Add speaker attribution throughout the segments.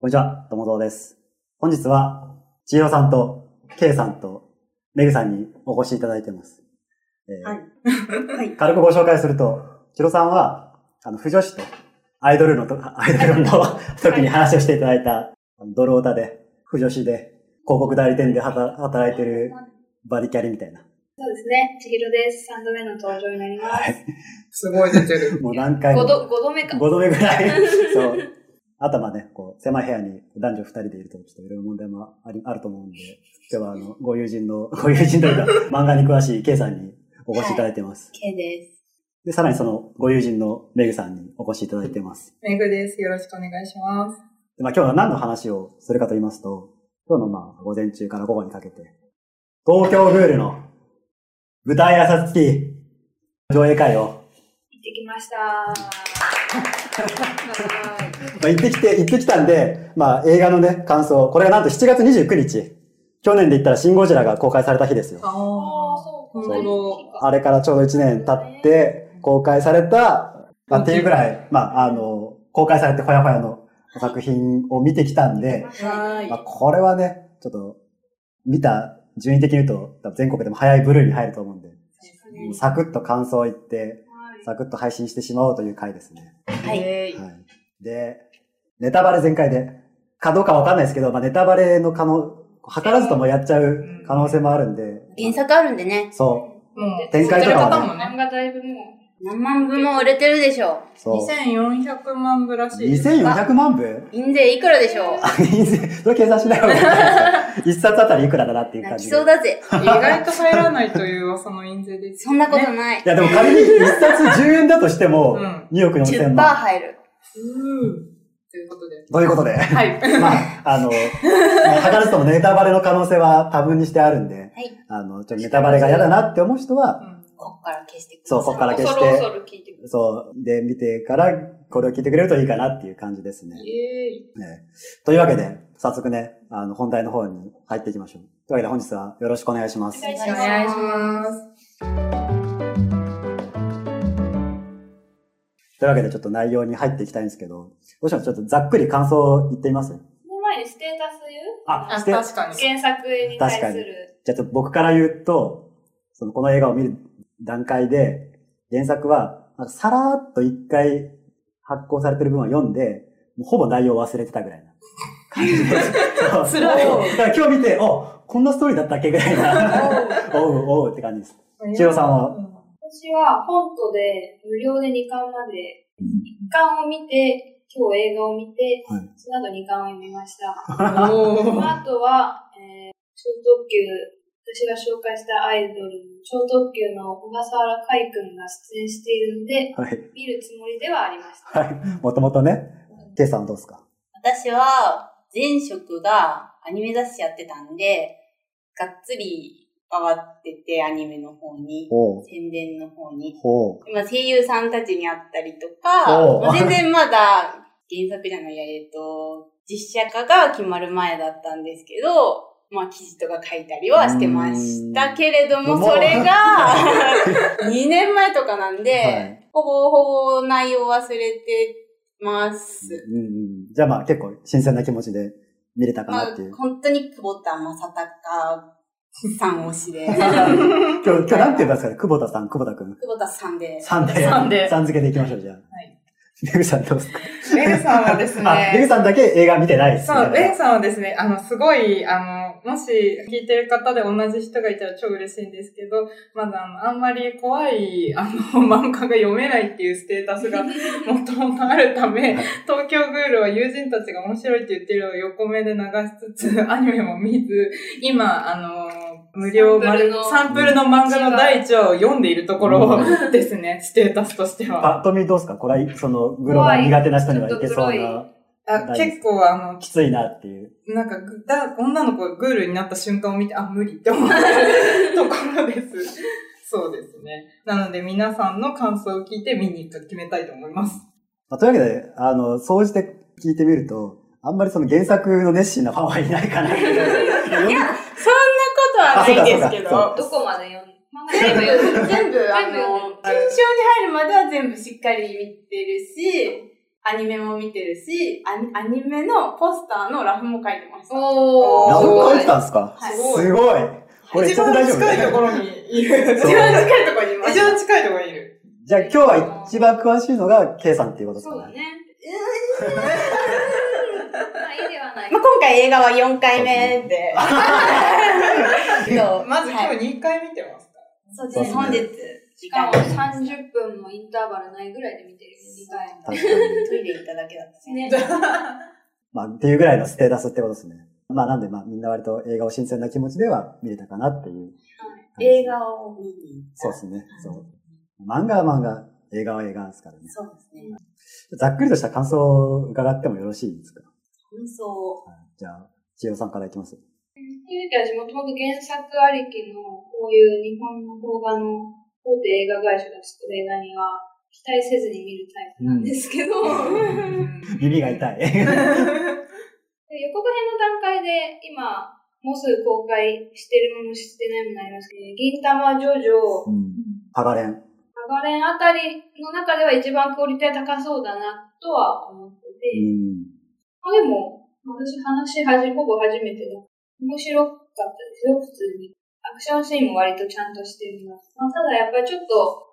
Speaker 1: こんにちは、友蔵です。本日は、千尋さんと、ケイさんと、メグさんにお越しいただいてます。えー
Speaker 2: は いはい。
Speaker 1: 軽くご紹介すると、千尋さんは、あの、不女子と、アイドルのと、アイドル の時に話をしていただいた、あのドロータで、不女子で、広告代理店で働働いてるバリキャリみたいな。
Speaker 3: そうですね。ちひろです。3度目の登場になります。
Speaker 1: はい。
Speaker 2: すごい出てる。
Speaker 1: もう何回
Speaker 3: 5
Speaker 1: も。
Speaker 3: 度、五度目 か。
Speaker 1: 5度目ぐらい。そう。あとはまあね、こう、狭い部屋に男女2人でいると、ちょっといろいろ問題もあり、あると思うんで、今日はあの、ご友人の、 ご友人というか、漫画に詳しい K さんにお越しいただいてます。
Speaker 3: K です。
Speaker 1: で、さらにその、ご友人のメグさんにお越しいただいてます。
Speaker 2: メグです。よろしくお願いします。
Speaker 1: でまあ今日は何の話をするかと言いますと、今日のまあ、午前中から午後にかけて、東京グールの舞台挨拶付き上映会を、
Speaker 3: 行ってきました。 は
Speaker 1: まあ、行ってきて、行ってきたんで、まあ映画のね、感想、これがなんと7月29日、去年で言ったらシン・ゴジラが公開された日ですよ。
Speaker 2: あ
Speaker 3: ああ、
Speaker 2: あ。
Speaker 3: そうか。
Speaker 2: なるほど
Speaker 1: あれからちょうど1年経って、公開された、まあ、っていうぐらい、まああの、公開されてほやほやの作品を見てきたんで、
Speaker 3: は
Speaker 2: はい
Speaker 1: まあ、これはね、ちょっと、見た順位的に言うと、多分全国でも早いブルーに入ると思うんで、もう
Speaker 3: い。
Speaker 1: サクッと感想を言って、サクッと配信してしまおうという回ですね。
Speaker 3: はい
Speaker 2: い
Speaker 1: はい。で、ネタバレ全開で、かどうかわかんないですけど、まあ、ネタバレの可能、図らずともやっちゃう可能性もあるんで、
Speaker 4: 原作あるんでね、
Speaker 1: そ
Speaker 2: もう、
Speaker 1: 展開とかはね
Speaker 2: も
Speaker 3: 漫
Speaker 2: ね。
Speaker 3: 画だいぶも
Speaker 4: 何万部も売れてるでし
Speaker 1: う、
Speaker 4: ょ
Speaker 1: そう。
Speaker 2: 2400万部らしいです。
Speaker 1: 2400万部
Speaker 4: う。印税いくらでしょう。
Speaker 1: それ計算しないわけじゃないですか。一冊あたりいくらだなっていう感
Speaker 4: 泣き
Speaker 1: じで。
Speaker 4: そうだぜ。
Speaker 2: 意外と入らないという噂の印税です。
Speaker 4: そんなことない
Speaker 1: い。や、でも仮に一冊10円だとしても
Speaker 2: う、ん。
Speaker 1: 2億4千
Speaker 4: 10%
Speaker 1: 万。
Speaker 4: 入る。
Speaker 2: うん。ということで。
Speaker 1: ということで、
Speaker 2: はい。
Speaker 1: まあ、あの、まあ図らずともネタバレの可能性は多分にしてあるんで、
Speaker 4: はい
Speaker 1: あの、ちょっとネタバレが嫌だなって思う人は、
Speaker 4: こっから消してくださ
Speaker 1: そ、
Speaker 4: いう
Speaker 1: ここから
Speaker 3: う、
Speaker 1: 消し
Speaker 3: 恐
Speaker 1: て
Speaker 3: る、恐る聞いてくる。
Speaker 1: そう。で、見てから、これを聞いてくれるといいかなっていう感じですね。
Speaker 2: イ
Speaker 1: ええというわけで、早速ね、あの、本題の方に入っていきましょう。というわけで、本日はよろしくお願いします。
Speaker 3: お願い
Speaker 2: エ
Speaker 3: し
Speaker 2: ー
Speaker 3: ま
Speaker 2: イ。
Speaker 3: す
Speaker 2: お願いします。
Speaker 1: というわけで、ちょっと内容に入っていきたいんですけど、どうしましょうちょっとざっくり感想を言ってみます
Speaker 3: その前にステータス言う
Speaker 1: あ、
Speaker 2: あ、
Speaker 1: して、じゃ
Speaker 2: 確かに。
Speaker 3: 原作に対する。
Speaker 1: あちょっと僕から言うと、その、この映画を見る段階で、原作は、なんかさらーっと一回発行されてる分は読んで、もうほぼ内容を忘れてたぐらいな 感じです。そう
Speaker 2: つらい
Speaker 1: だから今日見て、おこんなストーリーだったっけぐらいな。 おうおうって感じです。千代さんは
Speaker 2: は
Speaker 3: 私は、本とで、無料で2巻まで、1巻を見て、今日映画を見て、
Speaker 1: はい
Speaker 3: その後2巻を読みまし
Speaker 2: お
Speaker 3: た。
Speaker 2: ー
Speaker 3: あとは、えー、超特急、私が紹介したアイドルの超特急の小笠原海くんが出演しているので、
Speaker 1: はい。
Speaker 3: 見るつもりではありました。
Speaker 1: はい。もともとね、ケイさんはどうですか
Speaker 4: 私は、前職がアニメ雑誌やってたんで、がっつり回ってて、アニメの方に、
Speaker 1: おう。
Speaker 4: 宣伝の方に。
Speaker 1: おう。
Speaker 4: まあ、声優さんたちに会ったりとか、
Speaker 1: おう
Speaker 4: まあ、全然まだ原作じゃないや、えっと、実写化が決まる前だったんですけど、まあ、記事とか書いたりはしてましたけれども、
Speaker 1: うーん
Speaker 4: それが、2年 前とかなんで、
Speaker 1: はい
Speaker 4: ほぼほぼ内容忘れてます。
Speaker 1: うんうん。じゃあまあ結構新鮮な気持ちで見れたか
Speaker 4: ま
Speaker 1: な
Speaker 4: あ
Speaker 1: っていう、。
Speaker 4: 本当に久保田正隆さん推し で、
Speaker 1: 今日、今日なんて言ったんですかね久保田さん、久保田くん。
Speaker 4: 久保田さんで、
Speaker 1: さんで。
Speaker 2: さんで
Speaker 1: さん付けでいきましょう、じゃあ。
Speaker 2: はい。
Speaker 1: メグさんどうですか
Speaker 2: メグさんはですね。
Speaker 1: あ、メグさんだけ映画見てないですね
Speaker 2: そう、ベンさんはですね、あの、すごい、あの、もし聞いてる方で同じ人がいたら超嬉しいんですけど、まだあの、あんまり怖い、あの、 漫画が読めないっていうステータスがもともとあるため、東京グールは友人たちが面白いって言ってるのを横目で流しつつ、アニメも見ず、今、あの、無料
Speaker 3: サンプルの
Speaker 2: 丸サンプルの漫画の第一話を読んでいるところ
Speaker 1: う
Speaker 2: ですね、ステータスとしては。
Speaker 1: パッと見どうですかこれは、その、グロが苦手な人にはいけそう
Speaker 3: ちょっ
Speaker 1: な、
Speaker 2: あ結構、あの、
Speaker 1: きついなっていう。
Speaker 2: なんかぐだ、女の子がグールになった瞬間を見て、あ、無理って思う ところです。そうですね。なので皆さんの感想を聞いて見に行くか決めたいと思います。
Speaker 1: まあ、というわけで、あの、そうして聞いてみると、あんまりその原作の熱心なファンはいないかなっていう。
Speaker 4: そんなことはないですけ
Speaker 1: あそうかそうか
Speaker 4: ど、
Speaker 3: どこまで読ん漫画
Speaker 4: 全部、
Speaker 3: 全部読んだ
Speaker 4: 全部、あ
Speaker 3: 全部
Speaker 4: の、検証に入るまでは全部しっかり見てるし、アニメも見てるし、アニアニメのポスターのラフも書いてました。
Speaker 3: おー。
Speaker 1: ラ
Speaker 2: ラ
Speaker 1: ブ
Speaker 2: ブ
Speaker 1: コ入
Speaker 2: コ入
Speaker 1: っ
Speaker 2: ってて
Speaker 1: たんですか
Speaker 4: はい
Speaker 1: す
Speaker 2: す
Speaker 1: ご
Speaker 2: ご
Speaker 1: い
Speaker 2: い。
Speaker 1: これち
Speaker 2: 一
Speaker 1: ょっと
Speaker 2: 番
Speaker 1: 大丈夫
Speaker 2: 近いところにいる。
Speaker 1: そう
Speaker 4: 一番近いところにい ま
Speaker 2: 一
Speaker 4: した。
Speaker 2: 番近いところにいる。
Speaker 1: じゃあ今日は一番詳しいのが K さんっていうことです
Speaker 3: そう
Speaker 1: か
Speaker 3: だ
Speaker 1: ね。
Speaker 3: ね。まあ、いいではない
Speaker 4: まあ、。今回映画は4回目で。 そう
Speaker 2: まず今
Speaker 4: はい
Speaker 2: 日2回見てますか
Speaker 4: そうですね、
Speaker 1: そう
Speaker 4: 本
Speaker 1: で
Speaker 4: 日、
Speaker 3: し
Speaker 4: 時
Speaker 3: か
Speaker 4: 間
Speaker 3: も
Speaker 4: ト
Speaker 3: 30分もインターバルないぐらいで見てるよ、2回も。
Speaker 1: 確かに。
Speaker 4: イレ行っただけだったね。
Speaker 3: ね。
Speaker 1: まあ、っていうぐらいのステータスってことですね。まあ、なんで、まあ、みんな割と映画を新鮮な気持ちでは見れたかなっていう。
Speaker 4: 映画を見に行った。
Speaker 1: そうですね。そう。漫画は漫画、映画は映画ですからね。
Speaker 4: そうですね。
Speaker 1: ざっくりとした感想を伺ってもよろしいですか
Speaker 4: 感想を。
Speaker 1: はいじゃあ、千代さんからいきます。
Speaker 3: ゆうきはもともと原作ありきの、こういう日本の邦画の大手映画会社が作る映画には、期待せずに見るタイプなんですけど、
Speaker 1: 耳が痛い。
Speaker 3: で予告編の段階で今、もうすぐ公開してるものしてないものありますけど、銀玉ジョジョ
Speaker 1: う、ん。パガレン。
Speaker 3: ハガレンあたりの中では一番クオリティ高そうだなとは思って
Speaker 1: う
Speaker 3: て、
Speaker 1: ん。
Speaker 3: まあ、でも、私話し始め、ほぼ初めてだ。面白かったですよ、普通に。アクションシーンも割とちゃんとしてるな。まあ、ただやっぱりちょっと、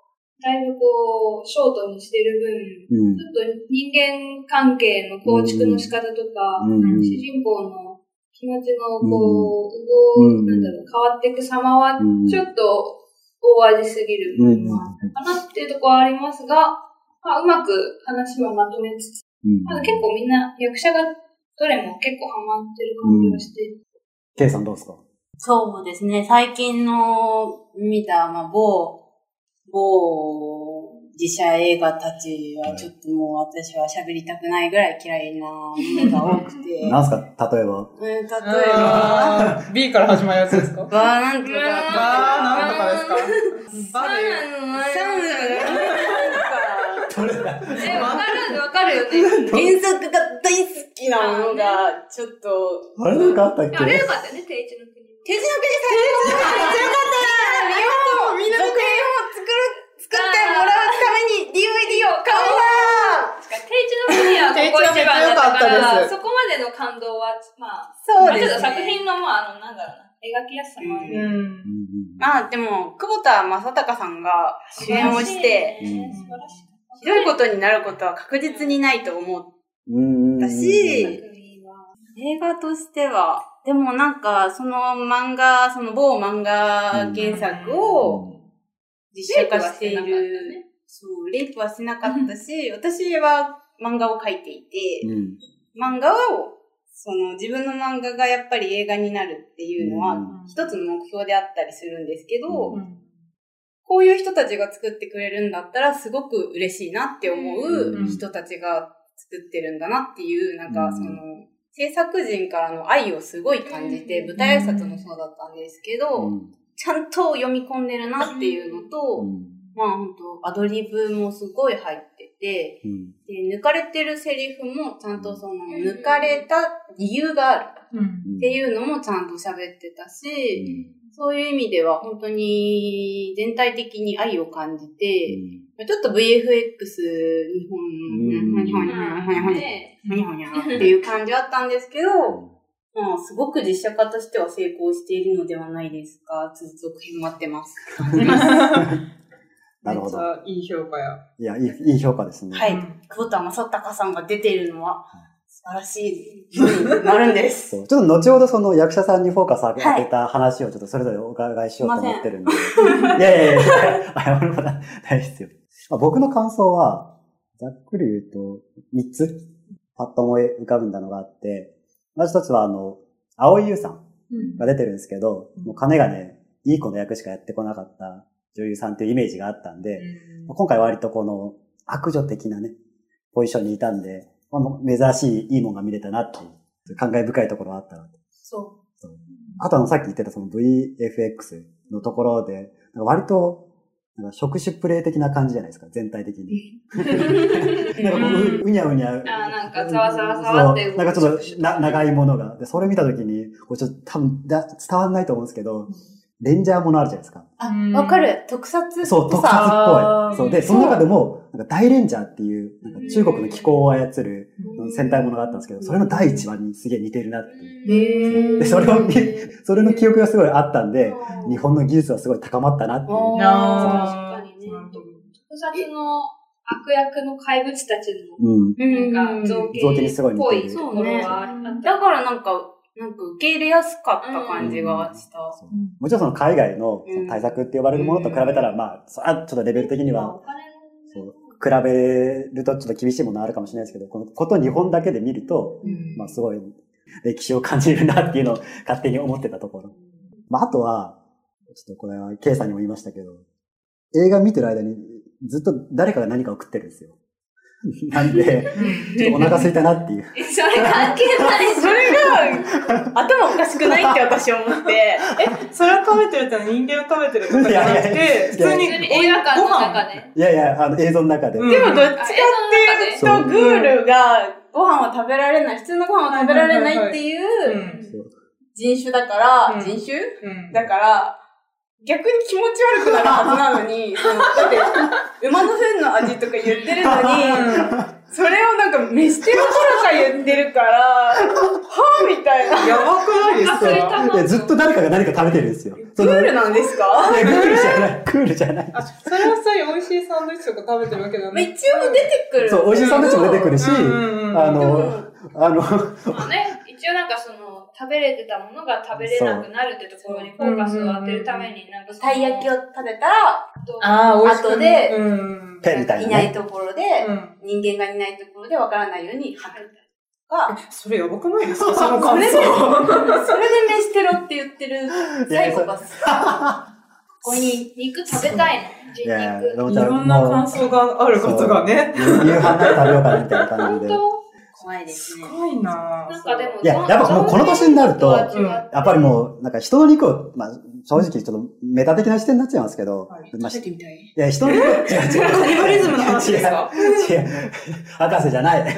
Speaker 3: だいぶこう、ショートにしてる分、
Speaker 1: うん
Speaker 3: ち。ょっと人間関係の構築の仕方とか、
Speaker 1: うんうん
Speaker 3: 主人公の気持ちのこう、
Speaker 1: うん
Speaker 3: 動なんだろう、変わっていく様は
Speaker 1: うん。
Speaker 3: ちょっと大味すぎる
Speaker 1: う
Speaker 3: 部
Speaker 1: ん。
Speaker 3: 分はあったかなっていうところはありますが、まあ、うまく話はまとめつつ、
Speaker 1: うん。
Speaker 3: まだ結構みんな役者がどれも結構ハマってる感じがして、
Speaker 1: K さんどうですか
Speaker 4: そうですね、最近の見た、まあ、某、某自社映画たちはちょっともう私は喋りたくないぐらい嫌いなものが多くて。
Speaker 1: なんすか例えば。
Speaker 4: うん、例えば、わ
Speaker 2: あー B から始まるやつですか
Speaker 4: ーなんとか。
Speaker 2: バーなんとかですかバで
Speaker 1: どれだ
Speaker 3: え、わかる、わかるよね。
Speaker 4: 原作が大好きなものが、ちょっと、
Speaker 1: あれなんかあったっ
Speaker 3: でもあれよ
Speaker 1: け
Speaker 3: かったよね、定一の国。
Speaker 4: 手品ペースが強かったみんな続編を作る、作ってもらうために DVD を買う
Speaker 3: 定一の国 はここ一番だっ
Speaker 2: 定一の国は良
Speaker 3: たか
Speaker 2: かった
Speaker 3: ら、
Speaker 2: です
Speaker 3: そこまでの感動は、まあ、
Speaker 4: わ
Speaker 3: まあちょっと
Speaker 4: そう
Speaker 3: 作
Speaker 4: ですね。
Speaker 3: 品の、まあ、あの、なんだろうな、描きやすさもある。
Speaker 2: うん
Speaker 1: うんうん
Speaker 4: まあでも、久保田正孝さんが主演をして、
Speaker 1: うん
Speaker 3: 素晴らしい。
Speaker 4: ひどいことになることは確実にないと思う
Speaker 1: うんうんうん。
Speaker 4: だし
Speaker 3: とは、
Speaker 4: 映画としては、でもなんか、その漫画、その某漫画原作を実写化している。
Speaker 3: レイプはしてなかったね
Speaker 4: そう、レイプはしなかったし、私は漫画を描いていて、
Speaker 1: うん。
Speaker 4: 漫画を、その自分の漫画がやっぱり映画になるっていうの
Speaker 1: うん
Speaker 4: は、一つの目標であったりするんですけど、
Speaker 1: う
Speaker 4: こういう人たちが作ってくれるんだったら、すごく嬉しいなって思
Speaker 1: うん
Speaker 4: う人たちが作ってるんだなっていう、なん
Speaker 1: う
Speaker 4: か
Speaker 1: ん
Speaker 4: その、制作陣からの愛をすごい感じて、
Speaker 3: うん
Speaker 4: 舞台挨拶もそうだったんですけど、ちゃんと読み込んでるなっていうのと、まあ本当アドリブもすごい入ってて、
Speaker 1: うん。
Speaker 4: で、抜かれてるセリフもちゃんとその、
Speaker 3: ん
Speaker 4: 抜かれた理由がある
Speaker 2: うん
Speaker 1: っ
Speaker 4: っていうのもちゃんと喋ってたし、
Speaker 1: う
Speaker 4: そういう意味では本当に全体的に愛を感じ
Speaker 1: ん
Speaker 4: て、ちょっと VFX 日本
Speaker 1: うん
Speaker 4: の、日本、日本、日本、日
Speaker 3: で、
Speaker 4: 本、日本、日本っていう感じはあったんですけど、まあ、すごく実写化としては成功しているのではないですか。続々変わってます。
Speaker 1: なるほど
Speaker 2: めっちゃいい評価や。
Speaker 1: いや、いい、いい評価ですね。
Speaker 4: はい
Speaker 2: うん
Speaker 4: 久保田正孝さんが出ているのは素晴らしいものになるんです。
Speaker 1: そうちょっと後ほどその役者さんにフォーカス当てた話をちょっとそれぞれお伺いしようと思ってるんで。いやいやいや、謝ることはないですよ。まあ僕の感想は、ざっくり言うと、3つ、パッと思い浮かぶんだのがあって、まず一つはあの、青井優さんが出てるんですけど、もう金がね、いい子の役しかやってこなかった女優さんっていうイメージがあったんで、今回割とこの悪女的なね、ポジションにいたんで、まあ、珍しいいいもんが見れたなっていう、感慨深いところはあったなと。
Speaker 4: そ
Speaker 1: あとあの、さっき言ってたその VFX のところで、なんか割と、なんか触手プレイ的な感じじゃないですか、全体的 に。なんかこう、ううにゃうにゃ。あ
Speaker 3: あなんかざわざわざわって動く
Speaker 1: なんかちょっとな長いものが。で、それ見たときに、こうちょっと多分だ伝わんないと思うんですけど、レンジャーものあるじゃないですか。
Speaker 4: う。わかる。特撮っぽさ
Speaker 1: そう、特撮っぽい。そう。で、その中でも、なんか大レンジャーっていう、なんか中国の気候を操る戦隊ものがあったんですけど、それの第1話にすげえ似てるなっていう。
Speaker 4: へ
Speaker 1: でそれを見それの記憶がすごいあったんで、日本の技術はすごい高まったなっていう。
Speaker 2: あー
Speaker 3: 確かにね特撮の悪役の怪物たちの、
Speaker 1: うん。
Speaker 4: うん
Speaker 3: なんか造
Speaker 1: 造形にすご
Speaker 3: 形
Speaker 1: い
Speaker 3: っ
Speaker 1: 似てる
Speaker 3: ぽいところはあったんだ
Speaker 4: だからなんか、なんか受け入れやすかった感じがした。
Speaker 1: もちろんその海外の
Speaker 4: うん
Speaker 1: 対策って呼ばれるものと比べたら、まあ、さあちょっとレベル的には
Speaker 3: お金の
Speaker 1: そう比べるとちょっと厳しいものあるかもしれないですけど、このこと日本だけで見ると、
Speaker 4: うん
Speaker 1: まあすごい歴史を感じるなっていうのを勝手に思ってたところ。まああとは、ちょっとこれは K さんにも言いましたけど、映画見てる間にずっと誰かが何かを食ってるん ですよ。なんで、ちょっとお腹空いたなっていう。
Speaker 3: えそれ関係ないし
Speaker 4: それが、頭おかしくないって私思って。
Speaker 2: それを食べてるってのは人間を食べてるとかじゃなく
Speaker 1: いやいやいや
Speaker 2: て、普通に
Speaker 3: 普通に映画館の中で。
Speaker 1: いやいや、あの映像の中で。
Speaker 2: うん。
Speaker 4: でもどっちかっ
Speaker 3: あ
Speaker 4: て
Speaker 3: 映
Speaker 4: いう
Speaker 3: 像
Speaker 4: と、グールがご飯は食べられない、普通のご飯は食べられないっていううん
Speaker 1: そう
Speaker 4: 人種だから、
Speaker 2: うん
Speaker 4: 人種
Speaker 2: うん。
Speaker 4: だから、逆に気持ち悪くなるはずなのに、そのだって、馬の糞の味とか言ってるのに、それをなんか飯テロとか言ってるから、はぁみたいな。
Speaker 2: やばくないです
Speaker 3: あそれ多
Speaker 2: か
Speaker 3: 分
Speaker 1: でずっと誰かが何か食べてるんですよ。
Speaker 4: ク
Speaker 1: その
Speaker 4: ールなんですか
Speaker 1: いやクールじゃない。クールじゃない。
Speaker 2: あ、それはそういう美味しいサンドイッチとか食べてるわけだ
Speaker 4: め
Speaker 2: ね。
Speaker 4: っちゃ出てくる。
Speaker 1: そう、美味しいサンドイッチも出てくるし、
Speaker 2: うん
Speaker 1: あ
Speaker 4: で
Speaker 1: の、
Speaker 4: も
Speaker 1: あの、
Speaker 3: まあね、一応なんかその、食べれてたものが食べれなくなるってところにフォーカスを当てるために、なんかその
Speaker 4: たい焼きを食べたら、
Speaker 3: と
Speaker 2: ああ、美味しい。
Speaker 4: 後で
Speaker 2: うん。
Speaker 1: ペみたい
Speaker 4: い
Speaker 1: な、
Speaker 4: ない
Speaker 1: ね。
Speaker 4: ところで、
Speaker 2: うん。
Speaker 4: 人間がいないところでわからないように吐くとか、
Speaker 2: それやばくないですかその感
Speaker 4: それ
Speaker 2: 想。
Speaker 4: それで飯テロって言ってるサイコパス。
Speaker 3: ここに肉食べたいの。人
Speaker 1: いやいや、
Speaker 3: 肉。
Speaker 1: でも
Speaker 2: い
Speaker 1: じゃあ
Speaker 2: ろんな
Speaker 1: も
Speaker 2: 感
Speaker 1: う、
Speaker 2: 想があることがね。
Speaker 1: 夕飯何食べようかなみたいな感じ
Speaker 3: 本
Speaker 1: で。
Speaker 3: 当
Speaker 4: 怖いです
Speaker 2: す
Speaker 4: ね。
Speaker 2: ごいなぁ
Speaker 3: なんかでも、
Speaker 1: いややっぱもうこの年になると
Speaker 2: うん
Speaker 1: やっぱりもう、なんか人の肉を、まあ、正直ちょっとメタ的な視点になっちゃいますけど、
Speaker 2: はい
Speaker 1: まあ、
Speaker 4: てみたい。
Speaker 1: いや、人の 肉、違う違う。
Speaker 2: カニバリズムの話ですか
Speaker 1: 違う違う。博士じゃない。
Speaker 3: 全然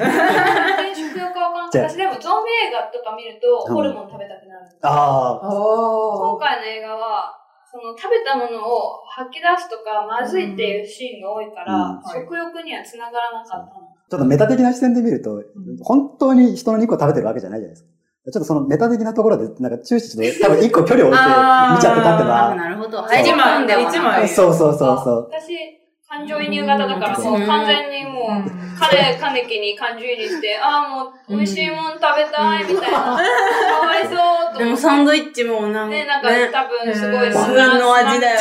Speaker 3: 食欲はわかんない。 私でもゾンビ映画とか見ると、ホルモン食べたくなる。
Speaker 1: ああ、
Speaker 3: 今
Speaker 2: あ
Speaker 3: 回の映画は、その食べたものを吐き出すとか、まずいっていうシーンが多いから、
Speaker 1: うん
Speaker 3: 食欲にはつながらなかったの。
Speaker 1: ちょっとメタ的な視点で見ると、本当に人の肉を食べてるわけじゃないじゃないですか。ちょっとそのメタ的なところで、なんか注視して、多分一個距離を置いて見ちゃってたっての
Speaker 4: あ
Speaker 1: は、
Speaker 4: なるほど。
Speaker 1: そう
Speaker 4: 入り込んでは
Speaker 2: 一枚
Speaker 4: ない
Speaker 2: 枚
Speaker 1: そうそうそうそう。
Speaker 3: 私、感情移入型だから、
Speaker 1: うん
Speaker 3: もう完全にもう、
Speaker 2: ー
Speaker 3: 彼、カネキに感情移入して、ああ、もう、美味しいもん食べたい、みたいな。かわいそう、と
Speaker 4: で
Speaker 3: 思っ
Speaker 4: もサンドイッチもなん
Speaker 3: て。
Speaker 4: か、
Speaker 3: ね、なんか、多分、すごい、
Speaker 2: ね
Speaker 4: 自分の味だよ。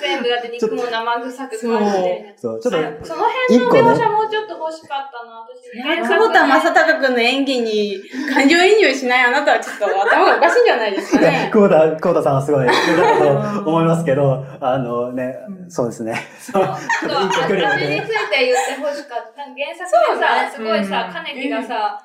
Speaker 3: 全部だって肉も生臭く感じてるね。
Speaker 1: そう、ちょっと、
Speaker 3: その辺の描写もうちょっと欲しかったな、私。
Speaker 4: 久保田正孝君の演技に感情移入しないあなたはちょっと頭がおかしいんじゃないですか
Speaker 1: いや
Speaker 4: ね。
Speaker 1: 久保田、久保田さんはすごい、い ろんなこと思いますけど、あのね、
Speaker 2: うん
Speaker 1: そうですね。
Speaker 3: そうあとは、味について言ってほしかった。なんか原作でさ、す
Speaker 2: そう
Speaker 3: ご
Speaker 2: だね
Speaker 3: いさ、
Speaker 2: うん
Speaker 3: カネキがさ、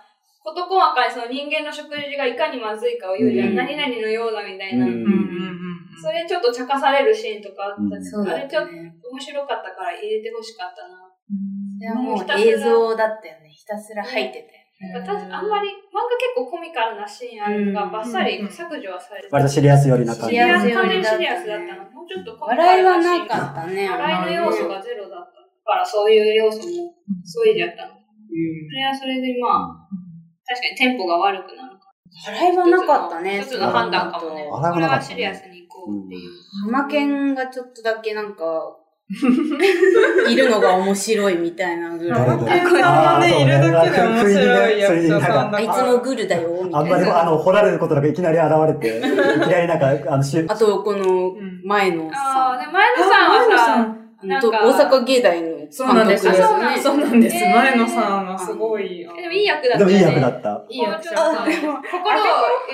Speaker 3: 事細かにその人間の食事がいかにまずいかを言うじゃ。
Speaker 1: うんん
Speaker 3: 何々のようだみたいな。
Speaker 1: うん
Speaker 2: うんうんうん。
Speaker 3: それちょっと茶化されるシーンとかあった
Speaker 1: うん
Speaker 3: し、
Speaker 4: そう
Speaker 3: あ
Speaker 4: だ
Speaker 3: れちょっと
Speaker 4: ね。
Speaker 3: 面白かったから入れてほしかったな。
Speaker 4: いやもう映像だったよね。ひたすら入ってたよね。
Speaker 3: 私、あんまり、漫画結構コミカルなシーンあるの
Speaker 4: う
Speaker 3: が
Speaker 4: ん
Speaker 3: バッサリ削除はされてた
Speaker 1: 割とシリアス寄りな感
Speaker 3: シ
Speaker 1: じ
Speaker 3: リ
Speaker 1: で。
Speaker 3: アス、
Speaker 4: よ
Speaker 3: 完全
Speaker 4: りだっ
Speaker 3: シ
Speaker 4: たね
Speaker 3: リアスだったの。もうちょっとコミカ
Speaker 4: 笑い
Speaker 3: ル
Speaker 4: は
Speaker 3: なシーン
Speaker 4: なかったね。
Speaker 3: 笑いの要素がゼロだったから、そういう要素も削いじゃったの。それはそれで、まあ、確かにテンポが悪くなるか
Speaker 4: 笑いは
Speaker 3: ら。
Speaker 4: なかったね。
Speaker 3: 一つの判断かも
Speaker 1: 笑い
Speaker 3: ね。こ
Speaker 1: は
Speaker 3: れ
Speaker 1: なか
Speaker 3: は
Speaker 1: ったね
Speaker 3: シリアスに行こうっていう。
Speaker 4: 浜県がちょっとだけなんか、いるのが面白いみたいなぐら
Speaker 1: 誰だ
Speaker 4: い。
Speaker 2: 天さんもね、いるだけで面白い役者さんだ
Speaker 4: あ
Speaker 2: か
Speaker 4: い
Speaker 2: ら。
Speaker 4: つもグルだよ、み
Speaker 1: あんま
Speaker 4: たい
Speaker 1: り、
Speaker 4: な。
Speaker 1: あの、掘られることなくいきなり現 れて、いきなりなんか、あの、し
Speaker 4: あと、この
Speaker 2: うん
Speaker 4: 前の
Speaker 3: あ
Speaker 4: さ、
Speaker 3: あ、で、前野さんはさ、
Speaker 4: あの
Speaker 3: なんか
Speaker 4: 大阪芸大の
Speaker 2: そうなんです。
Speaker 4: 監督
Speaker 3: そうなんです
Speaker 2: そうなんです。
Speaker 3: えー
Speaker 2: 前野さんはすごい。
Speaker 3: えでもいい役だった
Speaker 1: で
Speaker 3: よ
Speaker 1: もい
Speaker 3: ね。
Speaker 1: い役だった。
Speaker 2: いい役者
Speaker 3: もうちょ
Speaker 2: さ
Speaker 3: っと
Speaker 2: ん。
Speaker 3: 心を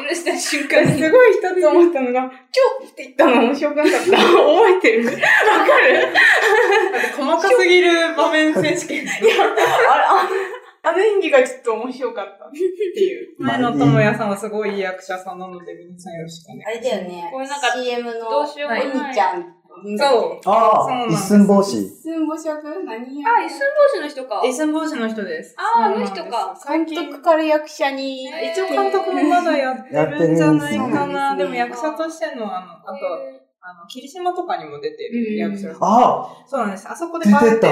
Speaker 3: 許した瞬間に。
Speaker 4: すごい一つ思ったのが、今日って言ったの面白くなかった。覚えてる。わかる
Speaker 2: 細かすぎる場面選手権。
Speaker 4: あれ、あの演技がちょっと面白かったっていう。
Speaker 2: 前野智也さんはすごいいい役者さんなので、皆さんよろしくね。
Speaker 4: あれだよね
Speaker 3: これなんか、
Speaker 4: CM の
Speaker 3: どうしようもない
Speaker 4: お兄ちゃん。
Speaker 2: そそうな
Speaker 1: あ
Speaker 2: ん
Speaker 1: あ、
Speaker 2: で
Speaker 1: 一
Speaker 2: す
Speaker 1: 寸法師。
Speaker 4: 寸法職何や
Speaker 3: あ、一寸法師の人か。
Speaker 2: エスン帽子の人です。
Speaker 3: あーあの人か
Speaker 2: そうなん
Speaker 4: 監
Speaker 2: です
Speaker 4: 督から役者に、
Speaker 3: えー
Speaker 2: 一応監督もまだやってるんじゃない
Speaker 1: やっ
Speaker 2: かな。
Speaker 1: てるんですね
Speaker 2: でも役者としての、あの、あと、あの、霧島とかにも出て
Speaker 4: うん
Speaker 2: る役者さん。
Speaker 1: ああ
Speaker 2: そうなんです。あそこでバーって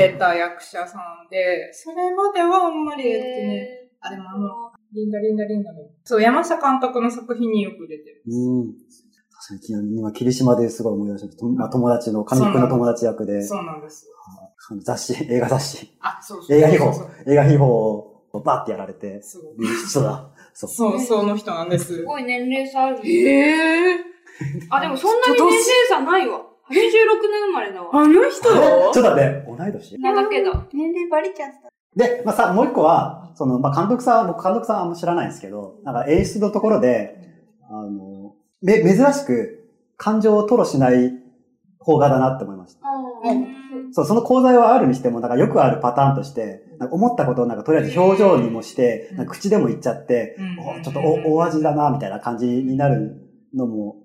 Speaker 1: 出
Speaker 2: 出てた役者さんで、それまではあんまり、えっとね、あ、でもあの、リンダリンダリンダの。そう、山下監督の作品によく出てる。
Speaker 1: うん。確かに昨日、今、霧島ですごい思い出しました。とまあ、友達の、神木の友達役で、
Speaker 2: そうなんです。
Speaker 1: あの雑誌、映画雑誌、
Speaker 2: あ、そうそう。
Speaker 1: 映画秘
Speaker 2: そ
Speaker 1: 宝
Speaker 2: うそう、
Speaker 1: 映画秘宝をバッてやられて、
Speaker 2: そう
Speaker 1: そうだ。そう。
Speaker 2: そう、その人なんです
Speaker 3: す。ごい年齢差ある。
Speaker 4: ええ
Speaker 3: あ、でもそんなに年齢差ないわ。86年生まれだわ。
Speaker 4: あの人
Speaker 1: あれ ちょっと待って、同い年
Speaker 3: なだけだ。
Speaker 4: 年齢バレちゃった。
Speaker 1: で、まあ、さ、もう一個は、その、まあ、監督さん、僕監督さんはあんま知らないんですけど、なんか演出のところで、あの、め、珍しく感情を吐露しない方画だなって思いました。
Speaker 3: う
Speaker 1: そう、その講座はあるにしても、なんかよくあるパターンとして、なんか思ったことをなんかとりあえず表情にもして、
Speaker 2: うん
Speaker 1: なんか口でも言っちゃって、
Speaker 2: うん
Speaker 1: おちょっとお大味だな、みたいな感じになるのも、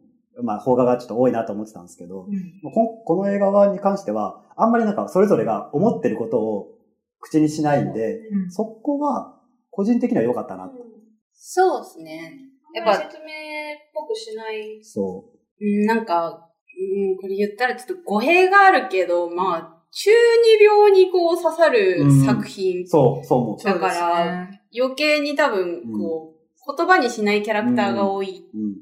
Speaker 1: まあ、邦画がちょっと多いなと思ってたんですけど、
Speaker 2: うん
Speaker 1: ここの映画はに関しては、あんまりなんかそれぞれが思ってることを口にしないんで、
Speaker 2: うん
Speaker 1: そこは、個人的には良かったな。
Speaker 4: そうですね。
Speaker 3: やっぱ説明っぽくしない。
Speaker 1: そ
Speaker 4: うん、なんか、うん、これ言ったらちょっと語弊があるけど、まあ、中二病にこう刺さる作品
Speaker 1: う。、そう、そう思う。
Speaker 4: だから、余計に多分、こう、言葉にしないキャラクターが多い。
Speaker 1: うん。
Speaker 2: う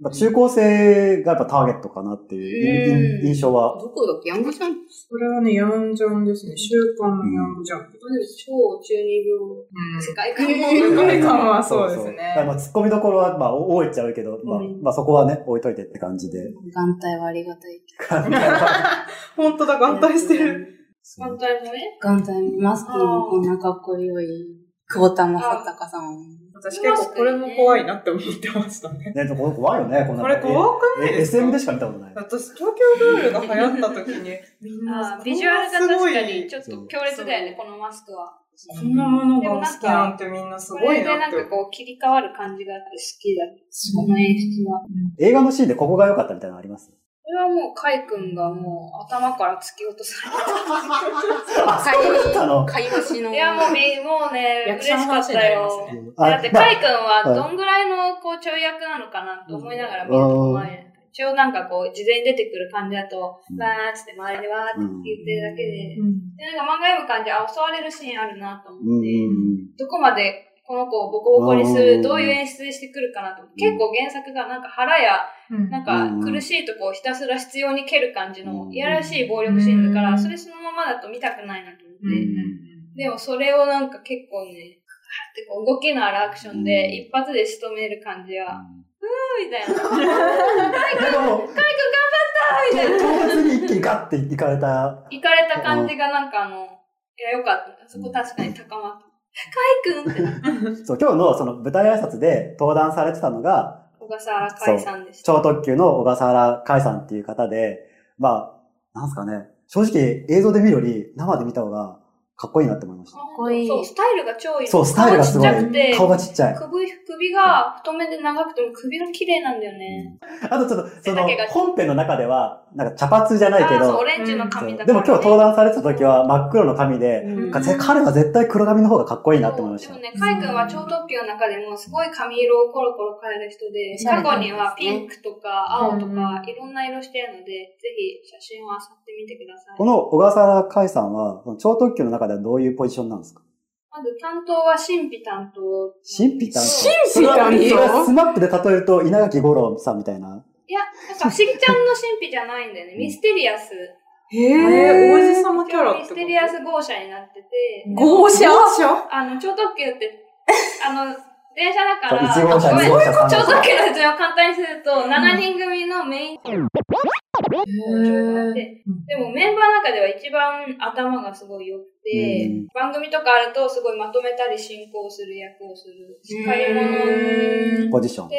Speaker 1: まあ中高生がやっぱターゲットかなっていう
Speaker 4: うん
Speaker 1: 印印象は。
Speaker 4: どこだっけヤングジャンプ
Speaker 2: それはね、ヤンジャンですね。週刊のヤングジャンプ。
Speaker 3: 超中二病。
Speaker 2: うん
Speaker 3: 世界観
Speaker 2: 世
Speaker 3: も。
Speaker 2: 界観はそうですね
Speaker 1: だからまあ、突っ込みどころは、まあ、多いっちゃ多いけど、まあ、
Speaker 4: うん
Speaker 1: まあ、そこはね、置いといてって感じで。
Speaker 4: 眼帯はありがたい。
Speaker 2: 本当だ、眼帯してる。
Speaker 4: る。
Speaker 1: そう
Speaker 3: 反対もね。
Speaker 4: 眼帯、マスクもこんなかっこよい。久保田正孝さん。
Speaker 2: 私結構これも怖いなって思ってましたね。
Speaker 1: ね、これ怖いよね、こんなの
Speaker 2: これ怖くない
Speaker 1: え、
Speaker 2: ですか
Speaker 1: SM でしか見たことない。
Speaker 2: 私、東京ルールが流行った時に、みんな
Speaker 3: あ、ビジュアルが確かにちょっ
Speaker 1: すご
Speaker 3: と
Speaker 1: い
Speaker 3: 強烈だよね、このマスクは。
Speaker 2: こんなものが好きなんてみんなす
Speaker 3: こ
Speaker 2: ご
Speaker 3: れ
Speaker 2: い
Speaker 3: でな
Speaker 2: なっ
Speaker 3: ん
Speaker 2: て
Speaker 3: か。こう切り替わる感じがあって好きだ。この演出は。
Speaker 1: 映画のシーンでここが良かったみたいなのあります
Speaker 3: これはもう、カイ君がもう頭から突き落とされて
Speaker 1: あ、
Speaker 4: 買
Speaker 1: そうだったの
Speaker 4: い、買いしの。
Speaker 3: いや、もうめ、もうね、嬉
Speaker 2: 役者の
Speaker 3: しかっ
Speaker 2: 話にな
Speaker 3: た
Speaker 2: りま
Speaker 3: よ
Speaker 2: す。ね。
Speaker 1: あ
Speaker 3: だって、
Speaker 1: まあ
Speaker 3: カイ君は
Speaker 1: はい
Speaker 3: どんぐらいの、こう、跳躍なのかなと思いながら見ると思うね一応なんかこう、事前に出てくる感じだと、わ
Speaker 1: うん
Speaker 3: ーっつって周りでわーって言ってるだけで、
Speaker 2: うん
Speaker 3: でなんか漫画読む感じ、あ、襲われるシーンあるなと思
Speaker 1: うん
Speaker 3: って、
Speaker 1: うん
Speaker 3: どこまでこの子をボコボコにする、
Speaker 1: うん
Speaker 3: どういう演出にしてくるかなと思って、結構原作がなんか腹や、
Speaker 2: うん
Speaker 3: なん
Speaker 1: うん
Speaker 3: か苦しいとこをひたすら必要に蹴る感じ
Speaker 1: う
Speaker 3: の
Speaker 1: ん
Speaker 3: いやらしい暴力シーンだか
Speaker 2: う
Speaker 3: ら、
Speaker 2: ん
Speaker 3: それそのままだと見たくないなと思って。
Speaker 1: うん
Speaker 3: でもそれをなんか結構ね、ガーってこう動きのあるアクション
Speaker 1: うん
Speaker 3: で一発で仕留める感じは、うーみたいな。うーみ
Speaker 1: でも、
Speaker 3: たいな。
Speaker 1: 唐突に一気にガッて行かれた。
Speaker 3: 行かれた感じがなんかあの、いや、よかった。そこ確かに高まった。カイ君ってなった
Speaker 1: そう、今日のその舞台挨拶で登壇されてたのが、
Speaker 3: 小笠原海さんでした。
Speaker 1: 超特急の小笠原海さんっていう方で、まあ、なんすかね、正直映像で見るより生で見た方がかっこいいなって思いました。
Speaker 3: かっ
Speaker 4: こいい
Speaker 3: そう、スタイルが超いい。
Speaker 1: そう、スタイルがすごい
Speaker 3: 顔ちっちゃくて。、
Speaker 1: 顔がちっちゃい。
Speaker 3: 首、首が太めで長くても首が綺麗なんだよね。
Speaker 1: あとちょっと、そ
Speaker 3: 背
Speaker 1: の
Speaker 3: 丈が、
Speaker 1: 本編の中では、なんか茶髪じゃないけ
Speaker 3: あーそう、オ
Speaker 1: ど、
Speaker 3: レンジの髪
Speaker 1: そ
Speaker 3: だから、ね
Speaker 1: うでも今日登壇されてた時は真っ黒の髪で、
Speaker 4: うん
Speaker 1: なんか彼は絶対黒髪の方がかっこいいなって思いまし
Speaker 3: で
Speaker 1: た
Speaker 3: も。ね、カイ君は超特急の中でもすごい髪色をコロコロ変える人で
Speaker 4: お、しゃれ
Speaker 3: 過
Speaker 4: な
Speaker 3: 去
Speaker 4: んですね
Speaker 3: にはピンクとか青とか
Speaker 2: う
Speaker 3: いろんな色してるので、ぜひ写真を漁ってみてください。
Speaker 1: この小笠原海さんは、その超特急の中ではどういうポジションなんですか
Speaker 3: まず担当は神秘担当。
Speaker 1: 神秘担当
Speaker 4: 神秘担当
Speaker 1: それはスマップで例えると稲垣吾郎さんみたいな。
Speaker 3: いや、なんか不思議ちゃんの神秘じゃないんだよね。ミステリアス。
Speaker 4: へ
Speaker 2: えー、王子
Speaker 4: ん。
Speaker 2: 様キャラって
Speaker 3: ミ
Speaker 2: こと
Speaker 3: ステリアス号車になってて、
Speaker 4: 豪奢
Speaker 2: 豪奢
Speaker 3: あの、超特急 って、あの、電車だから、
Speaker 1: 1号車、
Speaker 3: ごめ
Speaker 1: 2
Speaker 3: ん
Speaker 1: 号車、3号
Speaker 3: 超
Speaker 1: 車。
Speaker 3: 特急の説明を簡単にすると、7人組のメインで
Speaker 2: うん
Speaker 3: でもメンバーの中では一番頭がすごい良くて、
Speaker 1: うん
Speaker 3: 番組とかあるとすごいまとめたり進行する役をするし買い
Speaker 4: へ
Speaker 3: 物
Speaker 4: ー
Speaker 1: ポジション。
Speaker 3: で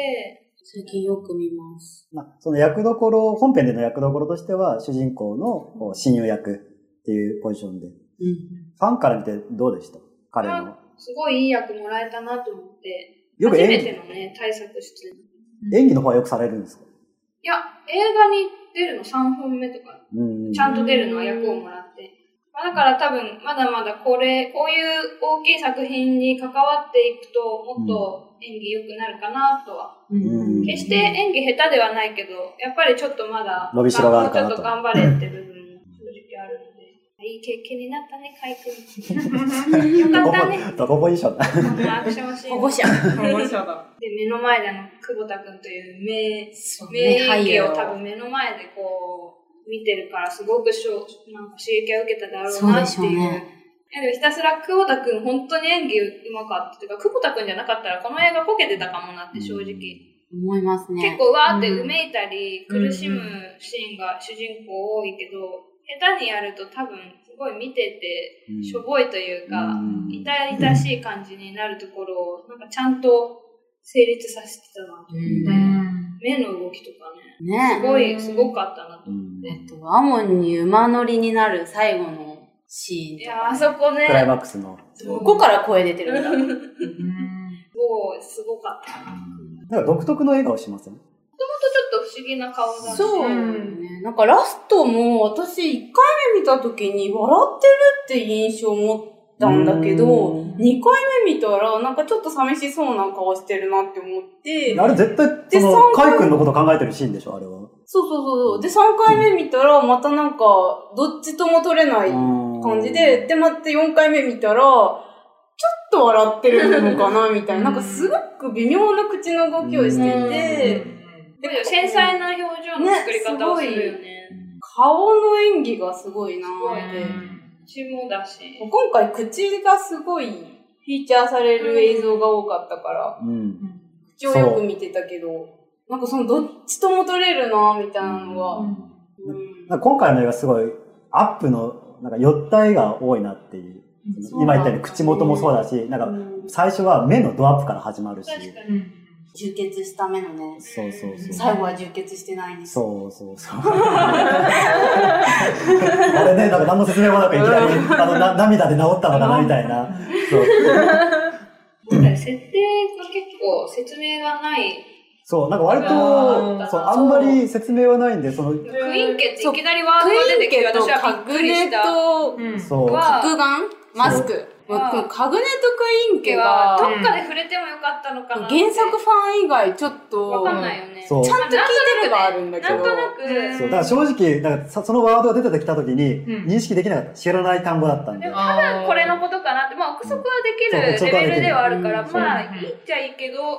Speaker 4: 最近よく見ます。
Speaker 1: まあ、その役どころ、本編での役どころとしては、主人公のこう親友役っていうポジションで、
Speaker 4: うん。
Speaker 1: ファンから見てどうでした彼の。
Speaker 3: すごいいい役もらえたなと思って
Speaker 1: よく
Speaker 3: 初め
Speaker 1: 演
Speaker 3: てのね対策してる
Speaker 1: 演技の方はよくされるんですか
Speaker 3: いや映画に出るの3本目とか
Speaker 1: うん。
Speaker 3: ちゃんと出るのは役をもらって、ままあ、だから多分、まだまだこれ、こういう大きい作品に関わっていくと、もっと演技良くなるかなとは。
Speaker 1: うん
Speaker 3: 決して演技下手ではないけど、やっぱりちょっとまだ、
Speaker 1: 伸びしろがあるかなと
Speaker 3: もうちょっと頑張れって部分も正直あるので、いい経験になったね、カイ君。よか
Speaker 1: どこ
Speaker 3: ったね。
Speaker 1: どこポジションだ
Speaker 3: まあアクションシーン。
Speaker 4: 保護者。
Speaker 2: 保護者だ。
Speaker 3: で、目の前であの、久保田くんという名、
Speaker 4: そう
Speaker 3: 名
Speaker 4: 名俳優
Speaker 3: 演技を多分目の前でこう、見てるから、すごくしょなんか刺激を受けただろうなって
Speaker 4: そうでしょう
Speaker 3: いう。
Speaker 4: ね
Speaker 3: いやでもひたすら久保田くん、本当に演技うまかった。てか、久保田くんじゃなかったら、この映画こけてたかもなって、正直。
Speaker 4: 思いますね。
Speaker 3: 結構、わーってうめいたり、
Speaker 2: うん
Speaker 3: 苦しむシーンが主人公多いけど、下手にやると多分、すごい見てて、
Speaker 1: うん
Speaker 3: しょぼいというか、
Speaker 1: うん
Speaker 3: 痛々しい感じになるところを、なんかちゃんと成立させてたな。
Speaker 4: うん
Speaker 2: ん。
Speaker 3: 目の動きとかね、す
Speaker 4: ね
Speaker 3: ごい、すごかったなと
Speaker 1: う
Speaker 3: 思っ
Speaker 1: ん
Speaker 4: えっと、アモンに馬乗りになる最後のシ
Speaker 3: て。い
Speaker 4: ーン
Speaker 3: やー、あそこね
Speaker 1: ク、ライマックスの。
Speaker 4: とか。ここから声出てるんだ。うん
Speaker 3: もう、すごかった。ちょ
Speaker 1: なんか独特の笑顔しません
Speaker 3: っと不思議な顔だし。
Speaker 4: そうね。なんかラストも私1回目見た時に笑ってるって印象を持ったんだけど、
Speaker 1: うん
Speaker 4: 2回目見たらなんかちょっと寂しそうな顔してるなって思って、
Speaker 1: あれ絶対、
Speaker 4: で
Speaker 1: その
Speaker 4: 三、回
Speaker 1: カイ君のこと考えてるシーンでしょ、あれは。
Speaker 4: そうそうそうそう。で、3回目見たらまたなんかどっちとも取れない感じで、で、待って4回目見たら、ちょっと笑ってるのかな、みたいな。なんかすごく微妙な口の動きをして
Speaker 1: うん
Speaker 4: て、
Speaker 3: でも繊細な表情の作り方をするよね。
Speaker 4: 顔の演技がすごいなっ
Speaker 3: すご
Speaker 4: て
Speaker 3: い。口もだし。
Speaker 4: 今回口がすごいフィーチャーされる映像が多かったから、
Speaker 1: うん。うん
Speaker 4: 口をよく見てたけど、なんかそのどっちとも取れるなみたいなのが。うん
Speaker 1: なんか今回の映画すごい、アップの、なんか寄った絵が多いなっていう。
Speaker 4: そう
Speaker 1: 今言ったように口元もそうだし、なんか
Speaker 4: うん
Speaker 1: 最初は目のドアップから始まるし。
Speaker 3: 確かに。
Speaker 4: 充血した目のね、
Speaker 1: そうそうそう。
Speaker 4: 最後は充血してないんですよ。
Speaker 1: そうそうそう。あれね、なんか何の説明もなくいきなり、あの、な涙で治ったのかなみたいな。そう。
Speaker 3: 今回設定が結構説明がない。
Speaker 1: そう、なんか割と
Speaker 2: あー、
Speaker 1: そう、あんまり説明はないんで、その、
Speaker 3: クイーンケっていきなりワードが出てきて、
Speaker 4: と
Speaker 3: 私はびっ
Speaker 4: カ
Speaker 3: く
Speaker 4: グ
Speaker 3: り
Speaker 4: ネ
Speaker 3: した。
Speaker 4: と
Speaker 1: そう、
Speaker 3: わ
Speaker 4: 角眼マスク。
Speaker 3: そう
Speaker 4: まあこのカグネとクインケ
Speaker 3: は
Speaker 4: は、
Speaker 3: ど
Speaker 4: 原
Speaker 3: っかで触れてもよかったのかな
Speaker 4: 作ファン以外ちょっと、
Speaker 3: わかんないよね
Speaker 1: そう
Speaker 4: ちゃんと聞いてればあるんだけ
Speaker 3: な
Speaker 4: ど
Speaker 3: んとなく
Speaker 2: うん
Speaker 1: そうだから正直、なんかさそのワードが出てきた時に、
Speaker 2: うん
Speaker 1: 認識できなかった。知らない単語だったんで。
Speaker 3: でも
Speaker 2: 多分
Speaker 3: これのことかなってまあ憶測はできる
Speaker 1: そう憶測はできる
Speaker 3: レベルではあるから
Speaker 1: うん
Speaker 3: まあ
Speaker 2: そう
Speaker 3: いいっちゃいいけども